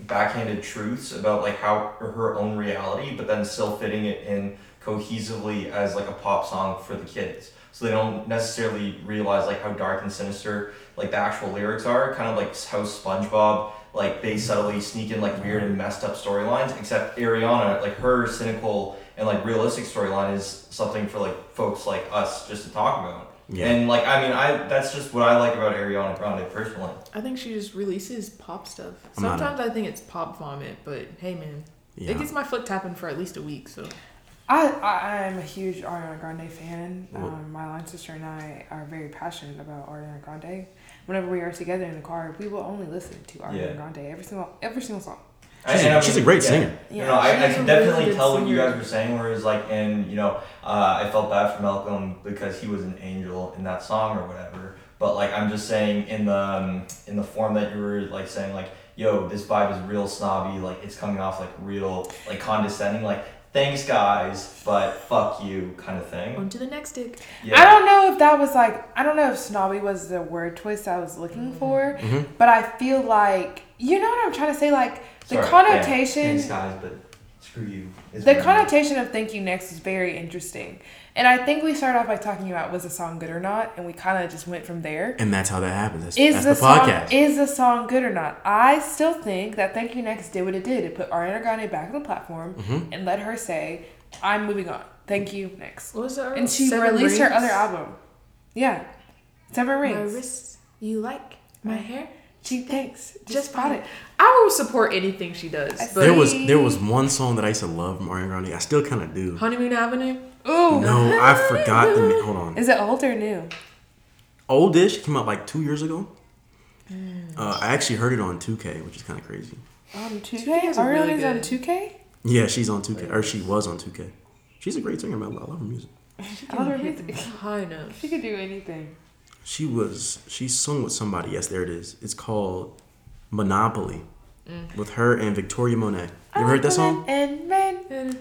Speaker 4: backhanded truths about like how her own reality, but then still fitting it in cohesively as like a pop song for the kids. So they don't necessarily realize like how dark and sinister like the actual lyrics are. Kind of like how SpongeBob like they subtly sneak in like weird and messed up storylines. Except Ariana, like her cynical and like realistic storyline is something for like folks like us just to talk about.
Speaker 1: Yeah.
Speaker 4: And like I mean I that's just what I like about Ariana Grande personally.
Speaker 3: I think she just releases pop stuff.
Speaker 1: I'm not a-
Speaker 3: Sometimes I think it's pop vomit, but hey, man,
Speaker 1: Yeah.
Speaker 3: it gets my foot tapping for at least a week. So
Speaker 2: I, I I'm a huge Ariana Grande fan.
Speaker 1: Well-
Speaker 2: Um, my line sister and I are very passionate about Ariana Grande. Whenever we are together in the car, we will only listen to Ariana
Speaker 4: Yeah.
Speaker 2: Grande every single every single song.
Speaker 1: She's a-
Speaker 4: And I
Speaker 1: she's
Speaker 4: mean,
Speaker 1: a great
Speaker 4: yeah.
Speaker 1: singer.
Speaker 4: You
Speaker 2: Yeah,
Speaker 4: know, I, I
Speaker 3: she's
Speaker 4: can
Speaker 3: a
Speaker 4: definitely
Speaker 3: really good
Speaker 4: tell what you
Speaker 3: singer.
Speaker 4: guys were saying, whereas, like, and, you know, uh, I felt bad for Malcolm because he was an angel in that song or whatever. But, like, I'm just saying in the, um, in the form that you were, like, saying, like, yo, this vibe is real snobby. Like, it's coming off, like, real, like, condescending. Like, thanks, guys, but fuck you kind of thing.
Speaker 3: on to the next dick.
Speaker 2: I
Speaker 4: Yeah.
Speaker 2: don't know if that was like I don't know if snobby was the word twist I was looking for,
Speaker 4: Mm-hmm.
Speaker 2: but I feel like you know what I'm trying to say. Like the
Speaker 4: Sorry, yeah,
Speaker 2: connotation,
Speaker 4: Thanks, guys, but screw you. is
Speaker 2: the
Speaker 4: what I mean.
Speaker 2: connotation of "Thank You Next" is very interesting, and I think we started off by talking about was the song good or not, and we kind of just went from there.
Speaker 1: And that's how that happens. That's,
Speaker 2: Is
Speaker 1: that's
Speaker 2: the,
Speaker 1: the, podcast.
Speaker 2: song is the song good or not? I still think that "Thank You Next" did what it did. It put Ariana Grande back on the platform
Speaker 1: Mm-hmm.
Speaker 2: and let her say, "I'm moving on. Thank you next."
Speaker 3: What was that?
Speaker 2: And she
Speaker 3: Seven
Speaker 2: released her
Speaker 3: Rings?
Speaker 2: other album. Yeah, Seven
Speaker 3: My
Speaker 2: Rings.
Speaker 3: wrists, you like my hair?
Speaker 2: She thinks.
Speaker 3: Just bought it. I will support anything she does.
Speaker 2: I
Speaker 3: But
Speaker 1: there was there was one song that I used to love from Ariana Grande. I still kind of do.
Speaker 3: honeymoon avenue. [sighs]
Speaker 2: Ooh.
Speaker 1: No, I forgot the name. Hold on.
Speaker 2: [laughs] Is it old or new?
Speaker 1: Oldish came out like two years ago.
Speaker 2: Mm.
Speaker 1: Uh, I actually heard it on 2K, which is kind of crazy.
Speaker 2: On 2K?
Speaker 3: is really
Speaker 2: Ariana's on
Speaker 3: good.
Speaker 2: 2K?
Speaker 3: [laughs]
Speaker 1: Yeah, she's on 2K, or she was on 2K. She's a great singer, man. I love her music.
Speaker 2: I love her music.
Speaker 3: High notes.
Speaker 2: [laughs] She could do anything.
Speaker 1: She was she sung with somebody. Yes, there it is. It's called Monopoly,
Speaker 2: Mm.
Speaker 1: with her and Victoria Monet. You ever heard that song?
Speaker 2: And men.
Speaker 3: [laughs]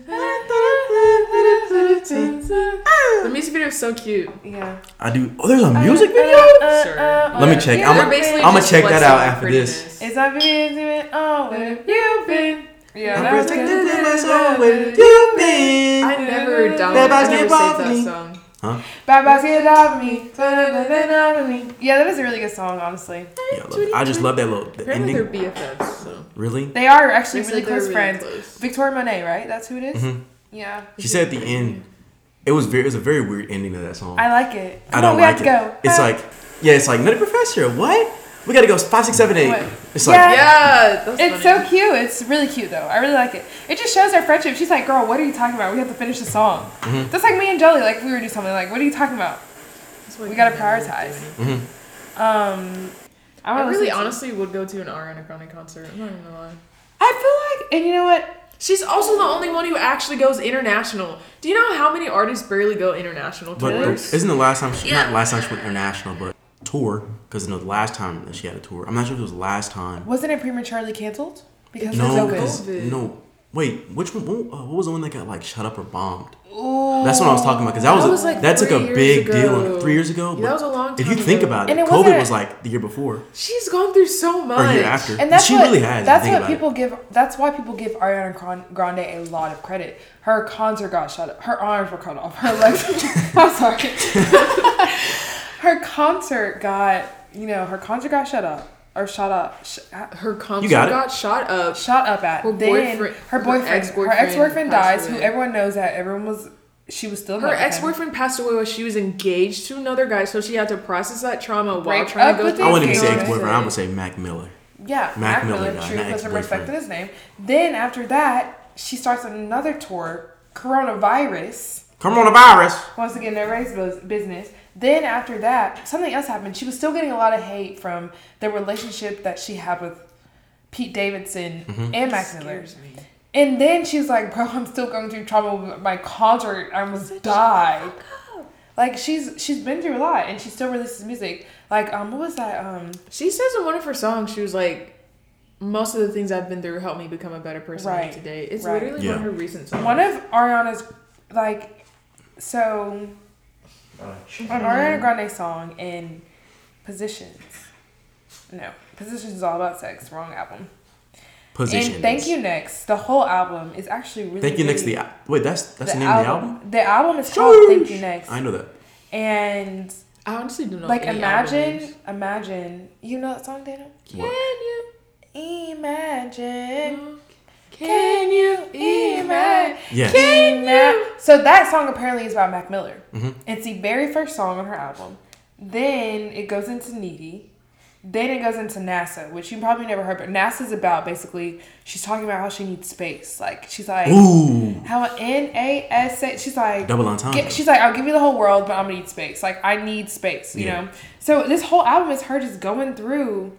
Speaker 3: The music video is so cute.
Speaker 2: [laughs] Yeah.
Speaker 1: I do. Oh, there's a music
Speaker 3: Uh,
Speaker 1: video.
Speaker 3: Sure.
Speaker 1: Let me check.
Speaker 3: uh, They're
Speaker 1: I'ma-
Speaker 3: basically
Speaker 1: I'ma
Speaker 3: just
Speaker 1: check that
Speaker 3: flexing
Speaker 1: out
Speaker 3: on
Speaker 1: after this.
Speaker 3: prettiness.
Speaker 2: It's not been doing oh where have you been? Yeah, that was good.
Speaker 1: I
Speaker 3: I
Speaker 1: Babe, I
Speaker 3: never downloaded. I never
Speaker 1: get
Speaker 3: saved
Speaker 1: off me.
Speaker 3: that song.
Speaker 2: Bye bye, get off me. Ba-da-da-da-da-da-me. Yeah, that is a really good song, honestly.
Speaker 1: just love that little the
Speaker 3: Apparently they're
Speaker 1: ending.
Speaker 3: BFFs. So
Speaker 1: Really?
Speaker 2: They are actually
Speaker 3: They said
Speaker 2: really
Speaker 3: they're
Speaker 2: close
Speaker 3: really
Speaker 2: friends.
Speaker 3: close.
Speaker 2: Victoria Monet, right? That's who it is?
Speaker 1: Mhm.
Speaker 2: Yeah.
Speaker 1: She said at the end, it was very. It was a very weird ending to that song.
Speaker 2: I like it.
Speaker 1: I
Speaker 2: Come
Speaker 1: don't
Speaker 2: on, we
Speaker 1: like
Speaker 2: have
Speaker 1: it.
Speaker 2: to go.
Speaker 1: It's
Speaker 2: Bye.
Speaker 1: like, yeah, it's like, no, professor, what? We gotta go. It's Five, six, seven, eight.
Speaker 2: What?
Speaker 1: It's like
Speaker 2: Yeah.
Speaker 3: Yeah, that's
Speaker 2: It's so cute. It's really cute though. I really like it. It just shows our friendship. She's like, "Girl, what are you talking about? We have to finish the song."
Speaker 1: Mm-hmm.
Speaker 2: That's like me and Jelly. Like if we were to do something. Like, what are you talking about?
Speaker 3: so.
Speaker 2: We gotta prioritize. Um, I,
Speaker 3: I
Speaker 2: wanna listen
Speaker 3: really
Speaker 2: to-
Speaker 3: honestly would go to an Ariana Grande concert. I'm not even gonna lie.
Speaker 2: I feel like, and you know what?
Speaker 3: She's also the only one who actually goes international. Do you know how many artists barely go international
Speaker 1: But
Speaker 3: tours?
Speaker 1: isn't the last time she not last time she went international, but tour? Because you know the last time that she had a tour, I'm not sure if it was the last time.
Speaker 2: Wasn't it prematurely canceled because
Speaker 1: No,
Speaker 2: of
Speaker 1: 'cause-
Speaker 2: COVID?
Speaker 3: COVID.
Speaker 1: no. Wait, which one? What, uh, what was the one that got like shut up or bombed?
Speaker 2: Ooh.
Speaker 1: That's what I was talking about because that was,
Speaker 3: Oh. That
Speaker 1: a,
Speaker 3: was, like,
Speaker 1: that took
Speaker 3: three
Speaker 1: a
Speaker 3: years
Speaker 1: big deal
Speaker 3: ago.
Speaker 1: three years ago.
Speaker 3: Yeah,
Speaker 1: but
Speaker 3: that was a long
Speaker 1: If you
Speaker 3: time
Speaker 1: think
Speaker 3: ago.
Speaker 1: about it,
Speaker 2: And it
Speaker 1: COVID
Speaker 2: wasn't-
Speaker 1: was like the year before
Speaker 3: She's gone through so much.
Speaker 1: or year after.
Speaker 2: And that's
Speaker 1: she
Speaker 2: what,
Speaker 1: really has. if you
Speaker 2: That's
Speaker 1: think
Speaker 2: what
Speaker 1: about it.
Speaker 2: people give. That's why people give Ariana Gran- Grande a lot of credit. Her concert got shut up. Her arms were cut off. [laughs] Her legs. I'm sorry.
Speaker 1: [laughs]
Speaker 2: her concert got. You know, her concert got shut up or shot up. Sh-
Speaker 3: Her concert
Speaker 1: got it.
Speaker 3: got shot up.
Speaker 2: shot up at.
Speaker 3: Her
Speaker 2: then
Speaker 3: boyfriend-
Speaker 2: her
Speaker 3: her
Speaker 2: boyfriend, her
Speaker 3: ex-boyfriend
Speaker 2: ex-boyfriend,
Speaker 3: passed
Speaker 2: dies.
Speaker 3: away.
Speaker 2: Who everyone knows that everyone was. She was still in
Speaker 3: Her
Speaker 2: love with him.
Speaker 3: ex-boyfriend passed away while she was engaged to another guy, so she had to process that trauma while
Speaker 2: Break
Speaker 3: trying
Speaker 2: up
Speaker 3: to go
Speaker 2: with
Speaker 3: through.
Speaker 1: I
Speaker 2: his
Speaker 1: wouldn't even say
Speaker 2: Yeah.
Speaker 1: ex boyfriend. I would say Mac Miller.
Speaker 2: Yeah,
Speaker 1: Mac
Speaker 2: Mac,
Speaker 1: Miller
Speaker 2: Miller.
Speaker 1: died,
Speaker 2: True,
Speaker 1: not
Speaker 2: put
Speaker 1: ex-boyfriend.
Speaker 2: some respect to his name. Then after that, she starts another tour. Coronavirus.
Speaker 1: Coronavirus.
Speaker 2: once again everybody's bus- business then after that something else happened she was still getting a lot of hate from the relationship that she had with pete davidson and max miller and then she was like bro i'm still going through trauma with my concert i almost died like she's she's been through a lot and she still releases music like um what was that um
Speaker 3: She says in one of her songs, she was like, "Most of the things I've been through helped me become a better person
Speaker 2: Right.
Speaker 3: today." It's
Speaker 2: Right.
Speaker 3: literally
Speaker 1: Yeah.
Speaker 3: one of her recent songs.
Speaker 2: one of ariana's like so
Speaker 4: Uh,
Speaker 2: an Ariana Grande song in Positions. No, Positions is all about sex. Wrong album.
Speaker 1: Position.
Speaker 2: And Thank You Next, the whole album is actually really.
Speaker 1: Thank you. Next, the
Speaker 2: good.
Speaker 1: wait. That's that's the, name of the album.
Speaker 2: The album is called Thank You
Speaker 1: Sheesh.
Speaker 2: Next,
Speaker 1: I know that.
Speaker 2: and
Speaker 3: I honestly don't know.
Speaker 2: like
Speaker 3: any album names.
Speaker 2: imagine, imagine. You know that song, Dana?
Speaker 3: Can you?
Speaker 2: Imagine.
Speaker 3: Can you imagine?
Speaker 1: Yes.
Speaker 2: Can you? So that song apparently is by Mac Miller.
Speaker 1: Mm-hmm.
Speaker 2: It's the very first song on her album. Then it goes into Needy. Then it goes into NASA, which you probably never heard, but NASA's about basically she's talking about how she needs space. Like she's like
Speaker 1: Ooh.
Speaker 2: how N A S A. She's like
Speaker 1: Double entendre.
Speaker 2: Get- she's like I'll give you the whole world, but I'm gonna need space. Like I need space, you
Speaker 1: Yeah.
Speaker 2: know. So this whole album is her just going through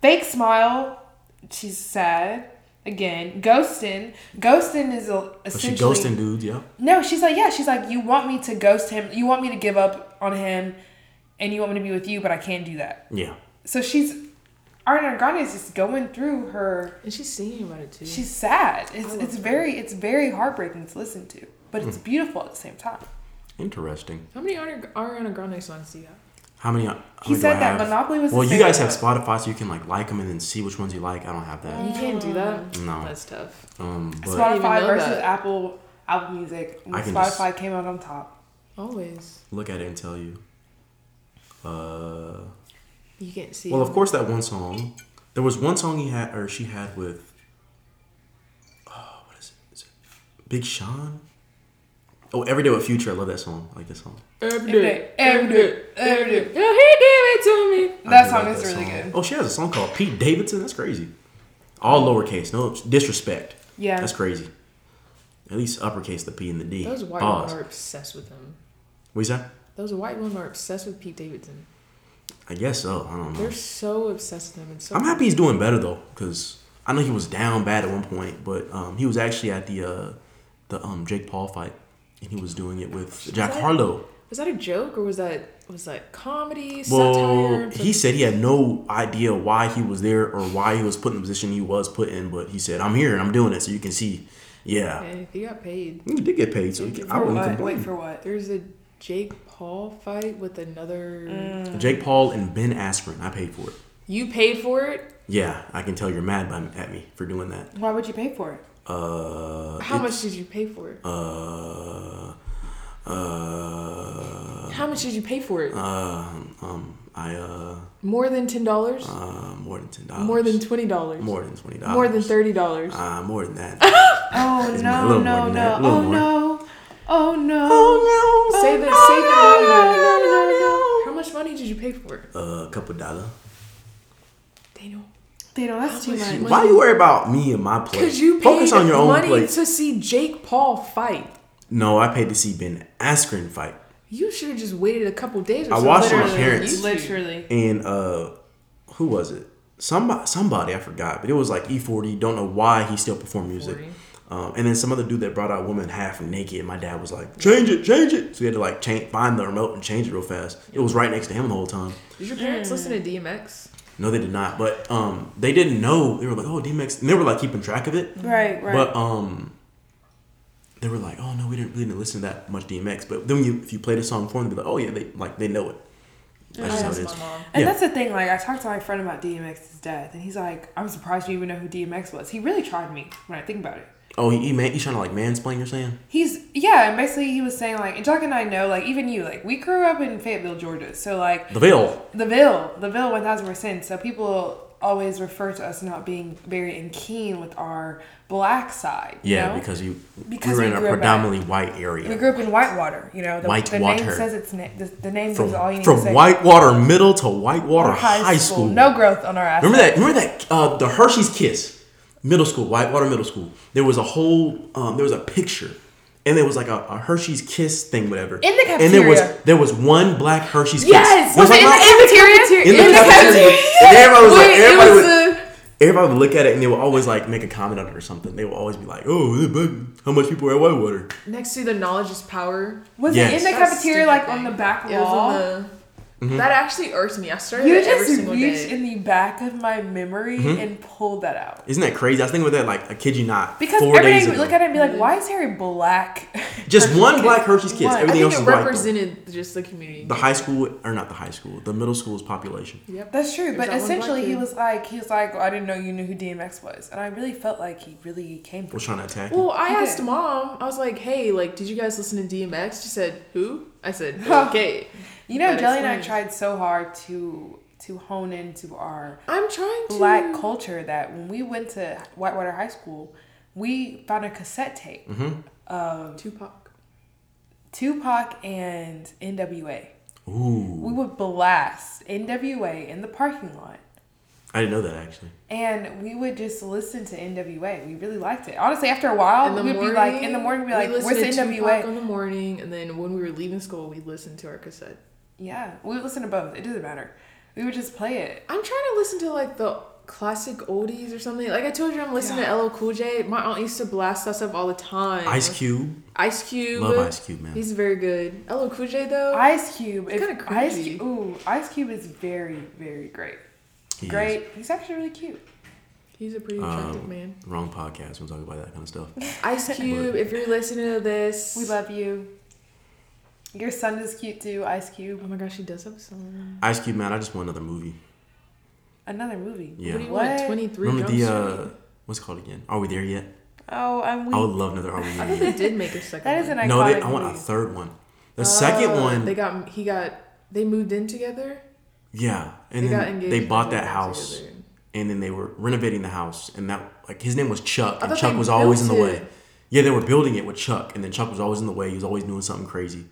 Speaker 2: fake smile. She's sad again. Ghosting. Ghosting is a,
Speaker 1: But she
Speaker 2: essentially
Speaker 1: ghosting dudes. Yeah.
Speaker 2: no, she's like, yeah, she's like, you want me to ghost him, you want me to give up on him, and you want me to be with you, but I can't do that.
Speaker 1: Yeah.
Speaker 2: So she's Ariana Grande is just going through her.
Speaker 3: And she's singing about it too.
Speaker 2: She's sad. It's it's very it's very heartbreaking to listen to, but
Speaker 1: Hmm.
Speaker 2: it's beautiful at the same time.
Speaker 1: Interesting.
Speaker 3: How many Ari- Ariana Grande songs do you have?
Speaker 1: How many? How
Speaker 2: He
Speaker 1: many do I
Speaker 2: said that
Speaker 1: have?
Speaker 2: Monopoly was.
Speaker 1: Well,
Speaker 2: his
Speaker 1: you guys have
Speaker 2: favorite
Speaker 1: Spotify, so you can like like them and then see which ones you like. I don't have that.
Speaker 3: You can't do that.
Speaker 1: No.
Speaker 3: That's tough.
Speaker 1: Um, but
Speaker 3: I didn't even
Speaker 2: Spotify
Speaker 3: know
Speaker 2: versus
Speaker 3: that.
Speaker 2: Apple Apple Music. When
Speaker 1: I can
Speaker 2: Spotify came out on top.
Speaker 3: Always.
Speaker 1: look at it and tell you. Uh,
Speaker 3: You can't see.
Speaker 1: well, of course that one song. There was one song he had or she had with. Oh, what is it? Is it Big Sean. Oh, every day with Future. I love that song. I like that song.
Speaker 3: Every
Speaker 2: day, every day, every day.
Speaker 3: Yeah, he gave it to me.
Speaker 1: I
Speaker 2: That
Speaker 1: do
Speaker 2: song
Speaker 1: like
Speaker 2: is really
Speaker 1: song.
Speaker 2: good.
Speaker 1: Oh, she has a song called Pete Davidson. That's crazy. All lowercase. No disrespect.
Speaker 2: Yeah.
Speaker 1: That's crazy. At least uppercase the P and the D.
Speaker 3: Those white
Speaker 1: Pause.
Speaker 3: women are obsessed with him.
Speaker 1: What is that?
Speaker 3: Those white women are obsessed with Pete Davidson.
Speaker 1: I guess so. I don't know.
Speaker 3: They're so obsessed with him. And so
Speaker 1: Mm. I'm happy he's doing better though, because I know he was down bad at one point, but um, he was actually at the uh, the um, Jake Paul fight, and he was doing it with Jack
Speaker 3: that-
Speaker 1: Harlow.
Speaker 3: Was that a joke or was that was that comedy
Speaker 1: Well,
Speaker 3: satire?
Speaker 1: he said he had no idea why he was there or why he was put in the position he was put in, but he said, "I'm here and I'm doing it," so you can see. Yeah,
Speaker 3: Okay, he got paid.
Speaker 1: he did get paid, so he, I
Speaker 2: For
Speaker 1: wouldn't
Speaker 2: what? Wait
Speaker 1: complain.
Speaker 2: for what?
Speaker 3: There's a Jake Paul fight with another.
Speaker 1: Jake Paul and Ben Askren, I paid for it.
Speaker 3: You paid for it.
Speaker 1: Yeah, I can tell you're mad by, at me for doing that.
Speaker 2: Why would you pay for it?
Speaker 1: Uh,
Speaker 3: How much did you pay for it?
Speaker 1: uh, uh.
Speaker 3: How much did you pay for it?
Speaker 1: Um, um, I uh,
Speaker 3: More than ten dollars.
Speaker 1: uh, more than ten dollars.
Speaker 3: More than twenty dollars.
Speaker 1: more than twenty dollars.
Speaker 3: More than thirty dollars.
Speaker 1: Uh, more than
Speaker 3: [laughs]
Speaker 1: that.
Speaker 2: Oh
Speaker 1: [laughs] It's a
Speaker 2: no
Speaker 1: little
Speaker 2: no
Speaker 1: more than that,
Speaker 2: no!
Speaker 1: a little
Speaker 2: Oh
Speaker 1: more.
Speaker 2: no! Oh no!
Speaker 1: oh
Speaker 3: Say the say the
Speaker 2: no,
Speaker 3: number.
Speaker 2: no, no, no, no.
Speaker 1: Uh,
Speaker 3: How much money did you pay for it?
Speaker 1: no! A couple dollar.
Speaker 3: Daniel.
Speaker 2: Daniel, that's too
Speaker 3: much.
Speaker 1: Why you worry about me and my plate?
Speaker 3: Because you paid
Speaker 1: Focus on your own
Speaker 3: money
Speaker 1: plate.
Speaker 3: to see Jake Paul fight.
Speaker 1: no, I paid to see Ben Askren fight
Speaker 3: You should have just waited a couple days. Or
Speaker 1: I
Speaker 3: so.
Speaker 1: watched him
Speaker 3: Literally,
Speaker 1: appearance.
Speaker 3: you-
Speaker 2: Literally.
Speaker 1: and uh, who was it? Somebody, somebody I forgot, but it was like E40. Don't know why he still performed music.
Speaker 2: E
Speaker 3: 40.
Speaker 1: Um, and then some other dude that brought out women half naked. And my dad was like, "Change it, change it." So we had to like change, find the remote and change it real fast. It was right next to him the whole time.
Speaker 3: Did your parents listen to DMX?
Speaker 1: No, they did not. But um, they didn't know. They were like, "Oh, DMX," and they were like keeping track of it.
Speaker 2: Right, right.
Speaker 1: But um, they were like, "Oh no, we didn't really didn't listen to that much DMX." But then you, if you play the song for them, they'd be like, "Oh yeah, they like they know it." That's just how it is.
Speaker 2: and
Speaker 1: yeah.
Speaker 2: that's the thing, like I talked to my friend about DMX's death, and he's like, I'm surprised you even know who DMX was. He really tried me when I think about it.
Speaker 1: Oh, he, he man, he's trying to like mansplain. You're saying?
Speaker 2: He's yeah, and basically he was saying like and Jack and I know, like even you, like we grew up in Fayetteville, Georgia. So like
Speaker 1: The veil.
Speaker 2: the Ville, the Ville, one thousand percent. So people always refer to us not being very in keen with our black side. you
Speaker 1: Yeah,
Speaker 2: know?
Speaker 1: because you
Speaker 2: Because
Speaker 1: we were
Speaker 2: we
Speaker 1: in a
Speaker 2: grew up in-
Speaker 1: predominantly white area.
Speaker 2: we grew up in Whitewater. You know, the, the name
Speaker 1: Whitewater.
Speaker 2: says it's na- the, the name
Speaker 1: from
Speaker 2: says all you need to
Speaker 1: from
Speaker 2: say.
Speaker 1: Whitewater Middle to Whitewater High, School.
Speaker 2: No growth on our ass.
Speaker 1: Remember that? Remember that? Uh, the Hershey's Kiss, middle school, Whitewater Middle School. There was a whole, um, there was a picture, and there was like a, a Hershey's Kiss thing, whatever.
Speaker 2: In the
Speaker 1: And there was
Speaker 2: cafeteria.
Speaker 1: there was one black Hershey's Kiss.
Speaker 3: Yes!
Speaker 1: There
Speaker 3: Was it in
Speaker 1: like-
Speaker 3: the cafeteria?
Speaker 1: In the cafeteria. And everybody was like-
Speaker 3: Wait, it
Speaker 1: everybody
Speaker 3: was
Speaker 1: was-
Speaker 3: the-
Speaker 1: Everybody would look at it and they would always like make a comment on it or something. They would always be like, "Oh, yeah, baby, how much people are at Whitewater?"
Speaker 3: next to the knowledge is power.
Speaker 2: Was
Speaker 1: Yes.
Speaker 2: it in the
Speaker 3: That's a
Speaker 2: cafeteria,
Speaker 3: stupid
Speaker 2: like
Speaker 3: thing.
Speaker 2: on the back
Speaker 3: It was
Speaker 2: wall?
Speaker 3: on the-
Speaker 1: Mm-hmm.
Speaker 3: That actually irked me. I started
Speaker 2: you
Speaker 3: it every
Speaker 2: just
Speaker 3: single
Speaker 2: reached
Speaker 3: day.
Speaker 2: in the back of my memory
Speaker 1: Mm-hmm.
Speaker 2: and pulled that out.
Speaker 1: Isn't that crazy? I was thinking about that like I kid you not.
Speaker 2: Because
Speaker 1: four
Speaker 2: every
Speaker 1: days ago.
Speaker 2: day you look at it and be like, why is Harry black?
Speaker 1: [laughs] Just
Speaker 2: Hershey's
Speaker 1: one
Speaker 2: Kiss?
Speaker 1: black Hershey's Kiss.
Speaker 2: One.
Speaker 1: Everything
Speaker 2: I
Speaker 3: I
Speaker 2: think
Speaker 3: think
Speaker 1: else
Speaker 3: it
Speaker 1: is white, though.
Speaker 3: represented just the community.
Speaker 1: the high school or not the high school, the middle school's population.
Speaker 3: Yep.
Speaker 2: That's true,
Speaker 3: There's
Speaker 2: but
Speaker 3: that one black
Speaker 2: essentially he
Speaker 3: dude.
Speaker 2: was like, he was like, I didn't know you knew who DMX was, and I really felt like he really came from.
Speaker 1: Was trying to attack. you.
Speaker 3: Well, I
Speaker 2: He
Speaker 3: asked
Speaker 2: did.
Speaker 3: mom. I was like, "Hey, like, did you guys listen to DMX?" She said, "Who?" I
Speaker 2: [laughs]
Speaker 3: said,
Speaker 2: Huh.
Speaker 3: "Okay."
Speaker 2: You know,
Speaker 3: That
Speaker 2: Jelly and I
Speaker 3: explains.
Speaker 2: tried so hard to to hone into our
Speaker 3: I'm trying to
Speaker 2: black culture that when we went to Whitewater High School, we found a cassette tape
Speaker 1: Mm-hmm.
Speaker 2: of
Speaker 3: Tupac.
Speaker 2: Tupac and NWA.
Speaker 1: Ooh,
Speaker 2: We would blast NWA in the parking lot.
Speaker 1: I didn't know that actually.
Speaker 2: And we would just listen to NWA. We really liked it. Honestly, after a while,
Speaker 3: In the
Speaker 2: we'd
Speaker 3: morning,
Speaker 2: oh, be like, in the morning, we'd be like,
Speaker 3: we listened
Speaker 2: where's
Speaker 3: to Tupac
Speaker 2: NWA?
Speaker 3: on the morning, and then when we were leaving school, we listened to our cassette.
Speaker 2: Yeah, we would listen to both. It doesn't matter. We would just play it.
Speaker 3: I'm trying to listen to like the classic oldies or something. Like I told you, I'm listening to LL Cool J. My aunt used to blast that stuff all the time.
Speaker 1: Ice Cube.
Speaker 3: Ice Cube.
Speaker 1: Love Ice Cube, man.
Speaker 3: He's very good. LL Cool J though.
Speaker 2: Ice Cube. It's
Speaker 3: kinda
Speaker 2: Ice
Speaker 3: cringy.
Speaker 2: Cube. Ooh, Ice Cube is very, very great.
Speaker 1: He is.
Speaker 2: Great. He's actually really cute.
Speaker 3: He's a pretty attractive
Speaker 1: Um,
Speaker 3: man.
Speaker 1: Wrong podcast. We'll talk about that kind of stuff.
Speaker 2: [laughs]
Speaker 3: Ice Cube. if you're listening to this,
Speaker 2: We love you. Your son is cute too, Ice
Speaker 3: Oh
Speaker 2: Cube.
Speaker 3: my gosh, he does have some.
Speaker 1: Ice Cube, man. I just want another movie.
Speaker 2: Another movie.
Speaker 1: Yeah.
Speaker 3: What do you
Speaker 2: What?
Speaker 3: want? Twenty three.
Speaker 1: Remember the uh, what's it called again? Are we there yet?
Speaker 2: Oh, I'm weak.
Speaker 1: I would love another Are we
Speaker 3: I
Speaker 1: there
Speaker 3: think
Speaker 1: yet?
Speaker 3: they did make a second.
Speaker 2: that is
Speaker 3: one.
Speaker 2: an iconic
Speaker 1: No, they, I
Speaker 2: movie.
Speaker 1: want a third one. The second
Speaker 3: Uh,
Speaker 1: one,
Speaker 3: They got he got they moved in together.
Speaker 1: yeah,
Speaker 3: They
Speaker 1: and
Speaker 3: got
Speaker 1: then
Speaker 3: engaged.
Speaker 1: they
Speaker 3: and
Speaker 1: bought
Speaker 3: moved
Speaker 1: that
Speaker 3: in
Speaker 1: house,
Speaker 3: together.
Speaker 1: and then they were renovating the house, and that like his name was Chuck,
Speaker 3: I
Speaker 1: and
Speaker 3: thought
Speaker 1: Chuck
Speaker 3: they
Speaker 1: was always in
Speaker 3: built
Speaker 1: the way.
Speaker 3: it.
Speaker 1: Yeah, they were building it with Chuck, and then Chuck was always in the way. He was always doing something crazy.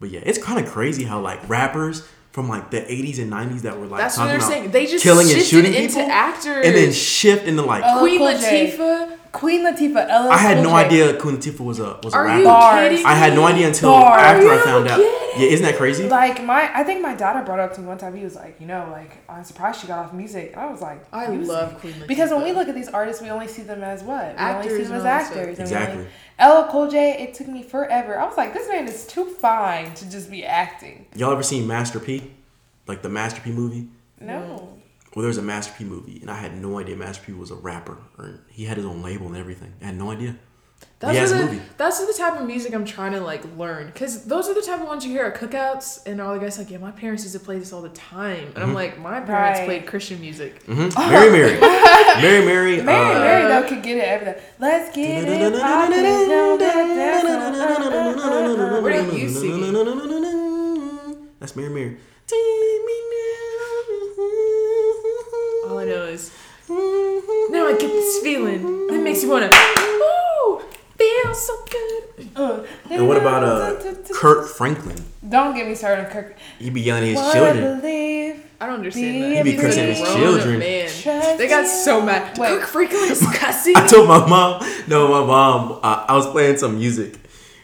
Speaker 1: But yeah, it's kind of crazy how like rappers from like the '80s and '90s that were like
Speaker 3: That's what
Speaker 1: talking
Speaker 3: they're
Speaker 1: about
Speaker 3: saying. They just
Speaker 1: killing and
Speaker 3: shifted
Speaker 1: shooting
Speaker 3: into
Speaker 1: people,
Speaker 3: actors.
Speaker 1: and then shift into like
Speaker 2: Oh,
Speaker 3: Queen
Speaker 2: Cool J.
Speaker 3: Latifah.
Speaker 2: Queen Latifah. LL
Speaker 1: I had no
Speaker 2: Cool J.
Speaker 1: idea Queen Latifah was a was a
Speaker 3: Are
Speaker 1: rapper.
Speaker 3: you
Speaker 2: Bars.
Speaker 3: kidding?
Speaker 1: I had no idea until
Speaker 2: Bars.
Speaker 1: after I
Speaker 3: Are you
Speaker 1: found out.
Speaker 3: kidding?
Speaker 1: Yeah, isn't that crazy?
Speaker 2: Like my, I think my daughter brought up to me one time. He was like, you know, like I'm surprised she got off music. And I was like,
Speaker 3: I
Speaker 2: music?
Speaker 3: love Queen Latifah.
Speaker 2: because when we look at these artists, we only see them as what? We only see
Speaker 3: Actors
Speaker 2: them as
Speaker 3: and all that stuff.
Speaker 2: actors. and we
Speaker 1: Exactly.
Speaker 2: only- LL Cool J. It took me forever. I was like, this man is too fine to just be acting.
Speaker 1: Y'all ever seen Master P? Like the Master P movie?
Speaker 2: No.
Speaker 1: Well, there was a Master P movie, and I had no idea Master P was a rapper. Or he had his own label and everything. I had no idea.
Speaker 3: That's
Speaker 1: Yes,
Speaker 3: the,
Speaker 1: movie.
Speaker 3: that's the type of music I'm trying to like learn because those are the type of ones you hear at cookouts and all the guys like yeah my parents used to play this all the time and
Speaker 1: Mm-hmm.
Speaker 3: I'm like my parents
Speaker 2: Right.
Speaker 3: played Christian music
Speaker 1: hmm Mary Mary.
Speaker 3: [laughs]
Speaker 1: Mary Mary.
Speaker 2: Mary,
Speaker 1: uh,
Speaker 2: Mary though could get it every day. Let's get it. poppin', Uh, now
Speaker 3: uh,
Speaker 2: that-
Speaker 3: What are you
Speaker 1: That's Mary Mary.
Speaker 3: all I know is now I get this feeling that makes you wanna ooh feel so good
Speaker 2: Uh,
Speaker 1: And what about uh Kirk Franklin?
Speaker 2: Don't get me started on Kirk.
Speaker 1: He be yelling at his
Speaker 2: What I
Speaker 1: children.
Speaker 2: believe
Speaker 3: I don't understand
Speaker 2: Be
Speaker 3: that.
Speaker 2: a
Speaker 3: He's a
Speaker 2: person
Speaker 1: with
Speaker 3: grown
Speaker 1: children.
Speaker 3: Man.
Speaker 2: Trust
Speaker 3: They got so
Speaker 2: me.
Speaker 3: mad.
Speaker 2: Wait.
Speaker 3: Cook frequently is cussing.
Speaker 1: [laughs] I told my mom, no, my mom, I, I was playing some music,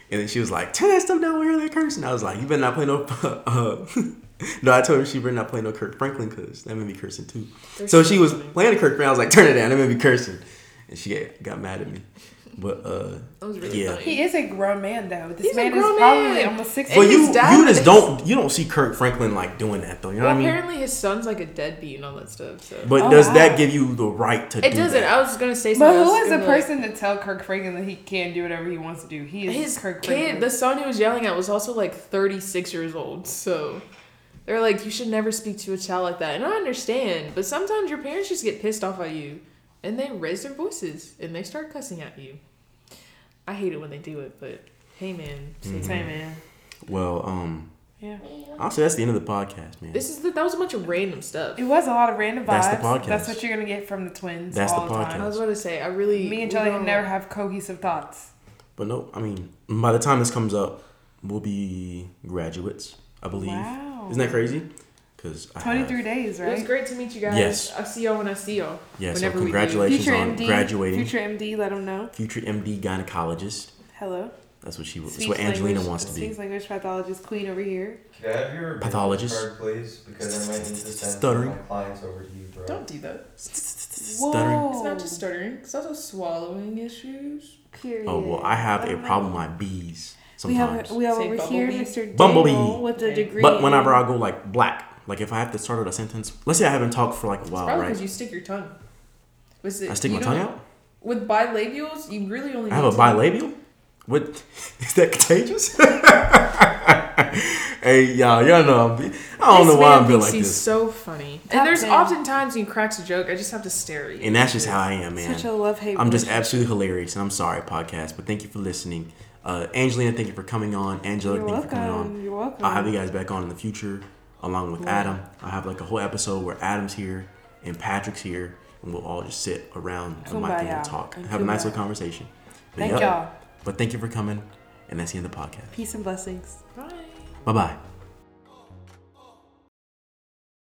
Speaker 1: and then she was like, "Turn that stuff down, we hear that curse." And I was like, "You better not play no." [laughs] Uh, no, I told her she better not play no Kirk Franklin, cause that made me cursing too. so she was playing the Kirk Franklin. I was like, "Turn it down," that made me cursing, and she got- got mad at me. But uh,
Speaker 3: That was really
Speaker 1: Yeah.
Speaker 3: funny.
Speaker 2: He is a grown man though. This
Speaker 3: He's a
Speaker 2: man is
Speaker 3: grown
Speaker 2: probably
Speaker 3: man.
Speaker 2: almost sixty.
Speaker 1: but
Speaker 3: his
Speaker 1: you, you
Speaker 3: dad-
Speaker 1: just don't, you don't see Kirk Franklin like doing that though. You know
Speaker 3: Well,
Speaker 1: what I mean?
Speaker 3: apparently his son's like a deadbeat and all that stuff. So
Speaker 1: But
Speaker 2: Oh,
Speaker 1: does
Speaker 2: wow.
Speaker 1: that give you the right to?
Speaker 3: it
Speaker 1: do
Speaker 3: doesn't.
Speaker 1: That?
Speaker 3: I was gonna say something.
Speaker 2: but who
Speaker 3: else,
Speaker 2: is the
Speaker 3: and, like,
Speaker 2: person to tell Kirk Franklin that he can do whatever he wants to do? He is
Speaker 3: His
Speaker 2: Kirk
Speaker 3: kid,
Speaker 2: Franklin.
Speaker 3: the son he was yelling at, was also like 36 years old. So they're like, you should never speak to a child like that. And I understand, but sometimes your parents just get pissed off at you, and they raise their voices and they start cussing at you. I hate it when they do it, but hey, man, say
Speaker 1: Mm-hmm.
Speaker 2: Same man.
Speaker 1: Well, um,
Speaker 2: Yeah.
Speaker 1: honestly, that's the end of the podcast, man.
Speaker 3: This is the, that was a bunch of random stuff.
Speaker 2: It was a lot of random vibes.
Speaker 1: That's
Speaker 2: That's
Speaker 1: the podcast.
Speaker 2: what you're gonna get from the twins.
Speaker 1: That's the
Speaker 2: all the,
Speaker 3: I
Speaker 2: Time.
Speaker 1: podcast.
Speaker 3: was about to say, I really
Speaker 2: Me and
Speaker 3: we
Speaker 2: Charlie
Speaker 3: don't-
Speaker 2: never have cohesive thoughts.
Speaker 1: But no, I mean, by the time this comes up, we'll be graduates, I believe.
Speaker 2: Wow.
Speaker 1: Isn't that crazy? Because I
Speaker 2: Twenty
Speaker 1: have,
Speaker 2: three days,
Speaker 3: It was
Speaker 2: right?
Speaker 3: great to meet you guys.
Speaker 1: Yes.
Speaker 3: I see y'all when I see y'all.
Speaker 1: Yeah, so
Speaker 3: Whenever we do.
Speaker 1: congratulations
Speaker 2: Future
Speaker 1: on
Speaker 2: MD.
Speaker 1: graduating. Future.
Speaker 2: Future MD. Let him know.
Speaker 1: MD gynecologist.
Speaker 2: Hello.
Speaker 1: That's what she. That's
Speaker 2: Speech
Speaker 1: what Angelina
Speaker 2: language-
Speaker 1: wants to be.
Speaker 2: Speech language pathologist queen over here.
Speaker 4: Can I have your business
Speaker 1: Pathologist.
Speaker 4: card, please? Because I might need to send
Speaker 1: Stuttering.
Speaker 4: my clients over to you, bro.
Speaker 3: Don't do that.
Speaker 1: Stuttering.
Speaker 3: It's not just
Speaker 2: Oh.
Speaker 3: stuttering. It's also swallowing issues.
Speaker 2: Period.
Speaker 1: Oh well, I have a
Speaker 2: don't know.
Speaker 1: problem with my bees
Speaker 2: We have
Speaker 1: sometimes.
Speaker 2: we have
Speaker 3: Say
Speaker 2: over here,
Speaker 3: bumblebee.
Speaker 2: Mr.
Speaker 1: Bumblebee.
Speaker 2: Daniel with a
Speaker 3: Okay.
Speaker 2: degree.
Speaker 1: But
Speaker 2: in-
Speaker 1: whenever I go like black, like if I have to start out a sentence, let's say I haven't talked for like a while,
Speaker 3: Probably
Speaker 1: right?
Speaker 3: because you stick your tongue. Was it,
Speaker 1: I stick
Speaker 3: you
Speaker 1: my tongue
Speaker 3: don't-
Speaker 1: out.
Speaker 3: With bilabials, you really only.
Speaker 1: I have a
Speaker 3: need to-
Speaker 1: bilabial. What [laughs] is that contagious? [laughs] hey y'all, y'all know I'm. Be, I don't know
Speaker 3: This
Speaker 1: why
Speaker 3: man
Speaker 1: I'm being
Speaker 3: thinks
Speaker 1: like
Speaker 3: he's
Speaker 1: this.
Speaker 3: so funny,
Speaker 2: Top
Speaker 3: and there's
Speaker 2: ten.
Speaker 3: often times when he cracks a joke. I just have to stare at you.
Speaker 1: And that's just how I am, man.
Speaker 2: Such a love hate.
Speaker 1: I'm just absolutely hilarious, and I'm sorry, podcast, but thank you for listening. Uh, Angelina, thank you for coming on. Angela,
Speaker 2: You're
Speaker 1: thank you for coming
Speaker 2: welcome.
Speaker 1: on.
Speaker 2: You're welcome.
Speaker 1: I'll have you guys back on in the future, along with Adam. I'll have like a whole episode where Adam's here and Patrick's here, and we'll all just sit around the mic and
Speaker 2: Kumbaya.
Speaker 1: we'll talk.
Speaker 3: And
Speaker 1: Have a nice
Speaker 3: kumbaya.
Speaker 1: little conversation. But
Speaker 2: Thank
Speaker 1: yup.
Speaker 2: y'all.
Speaker 1: But thank you for coming, and that's the end of the podcast.
Speaker 2: Peace and blessings.
Speaker 3: Bye.
Speaker 1: Bye bye.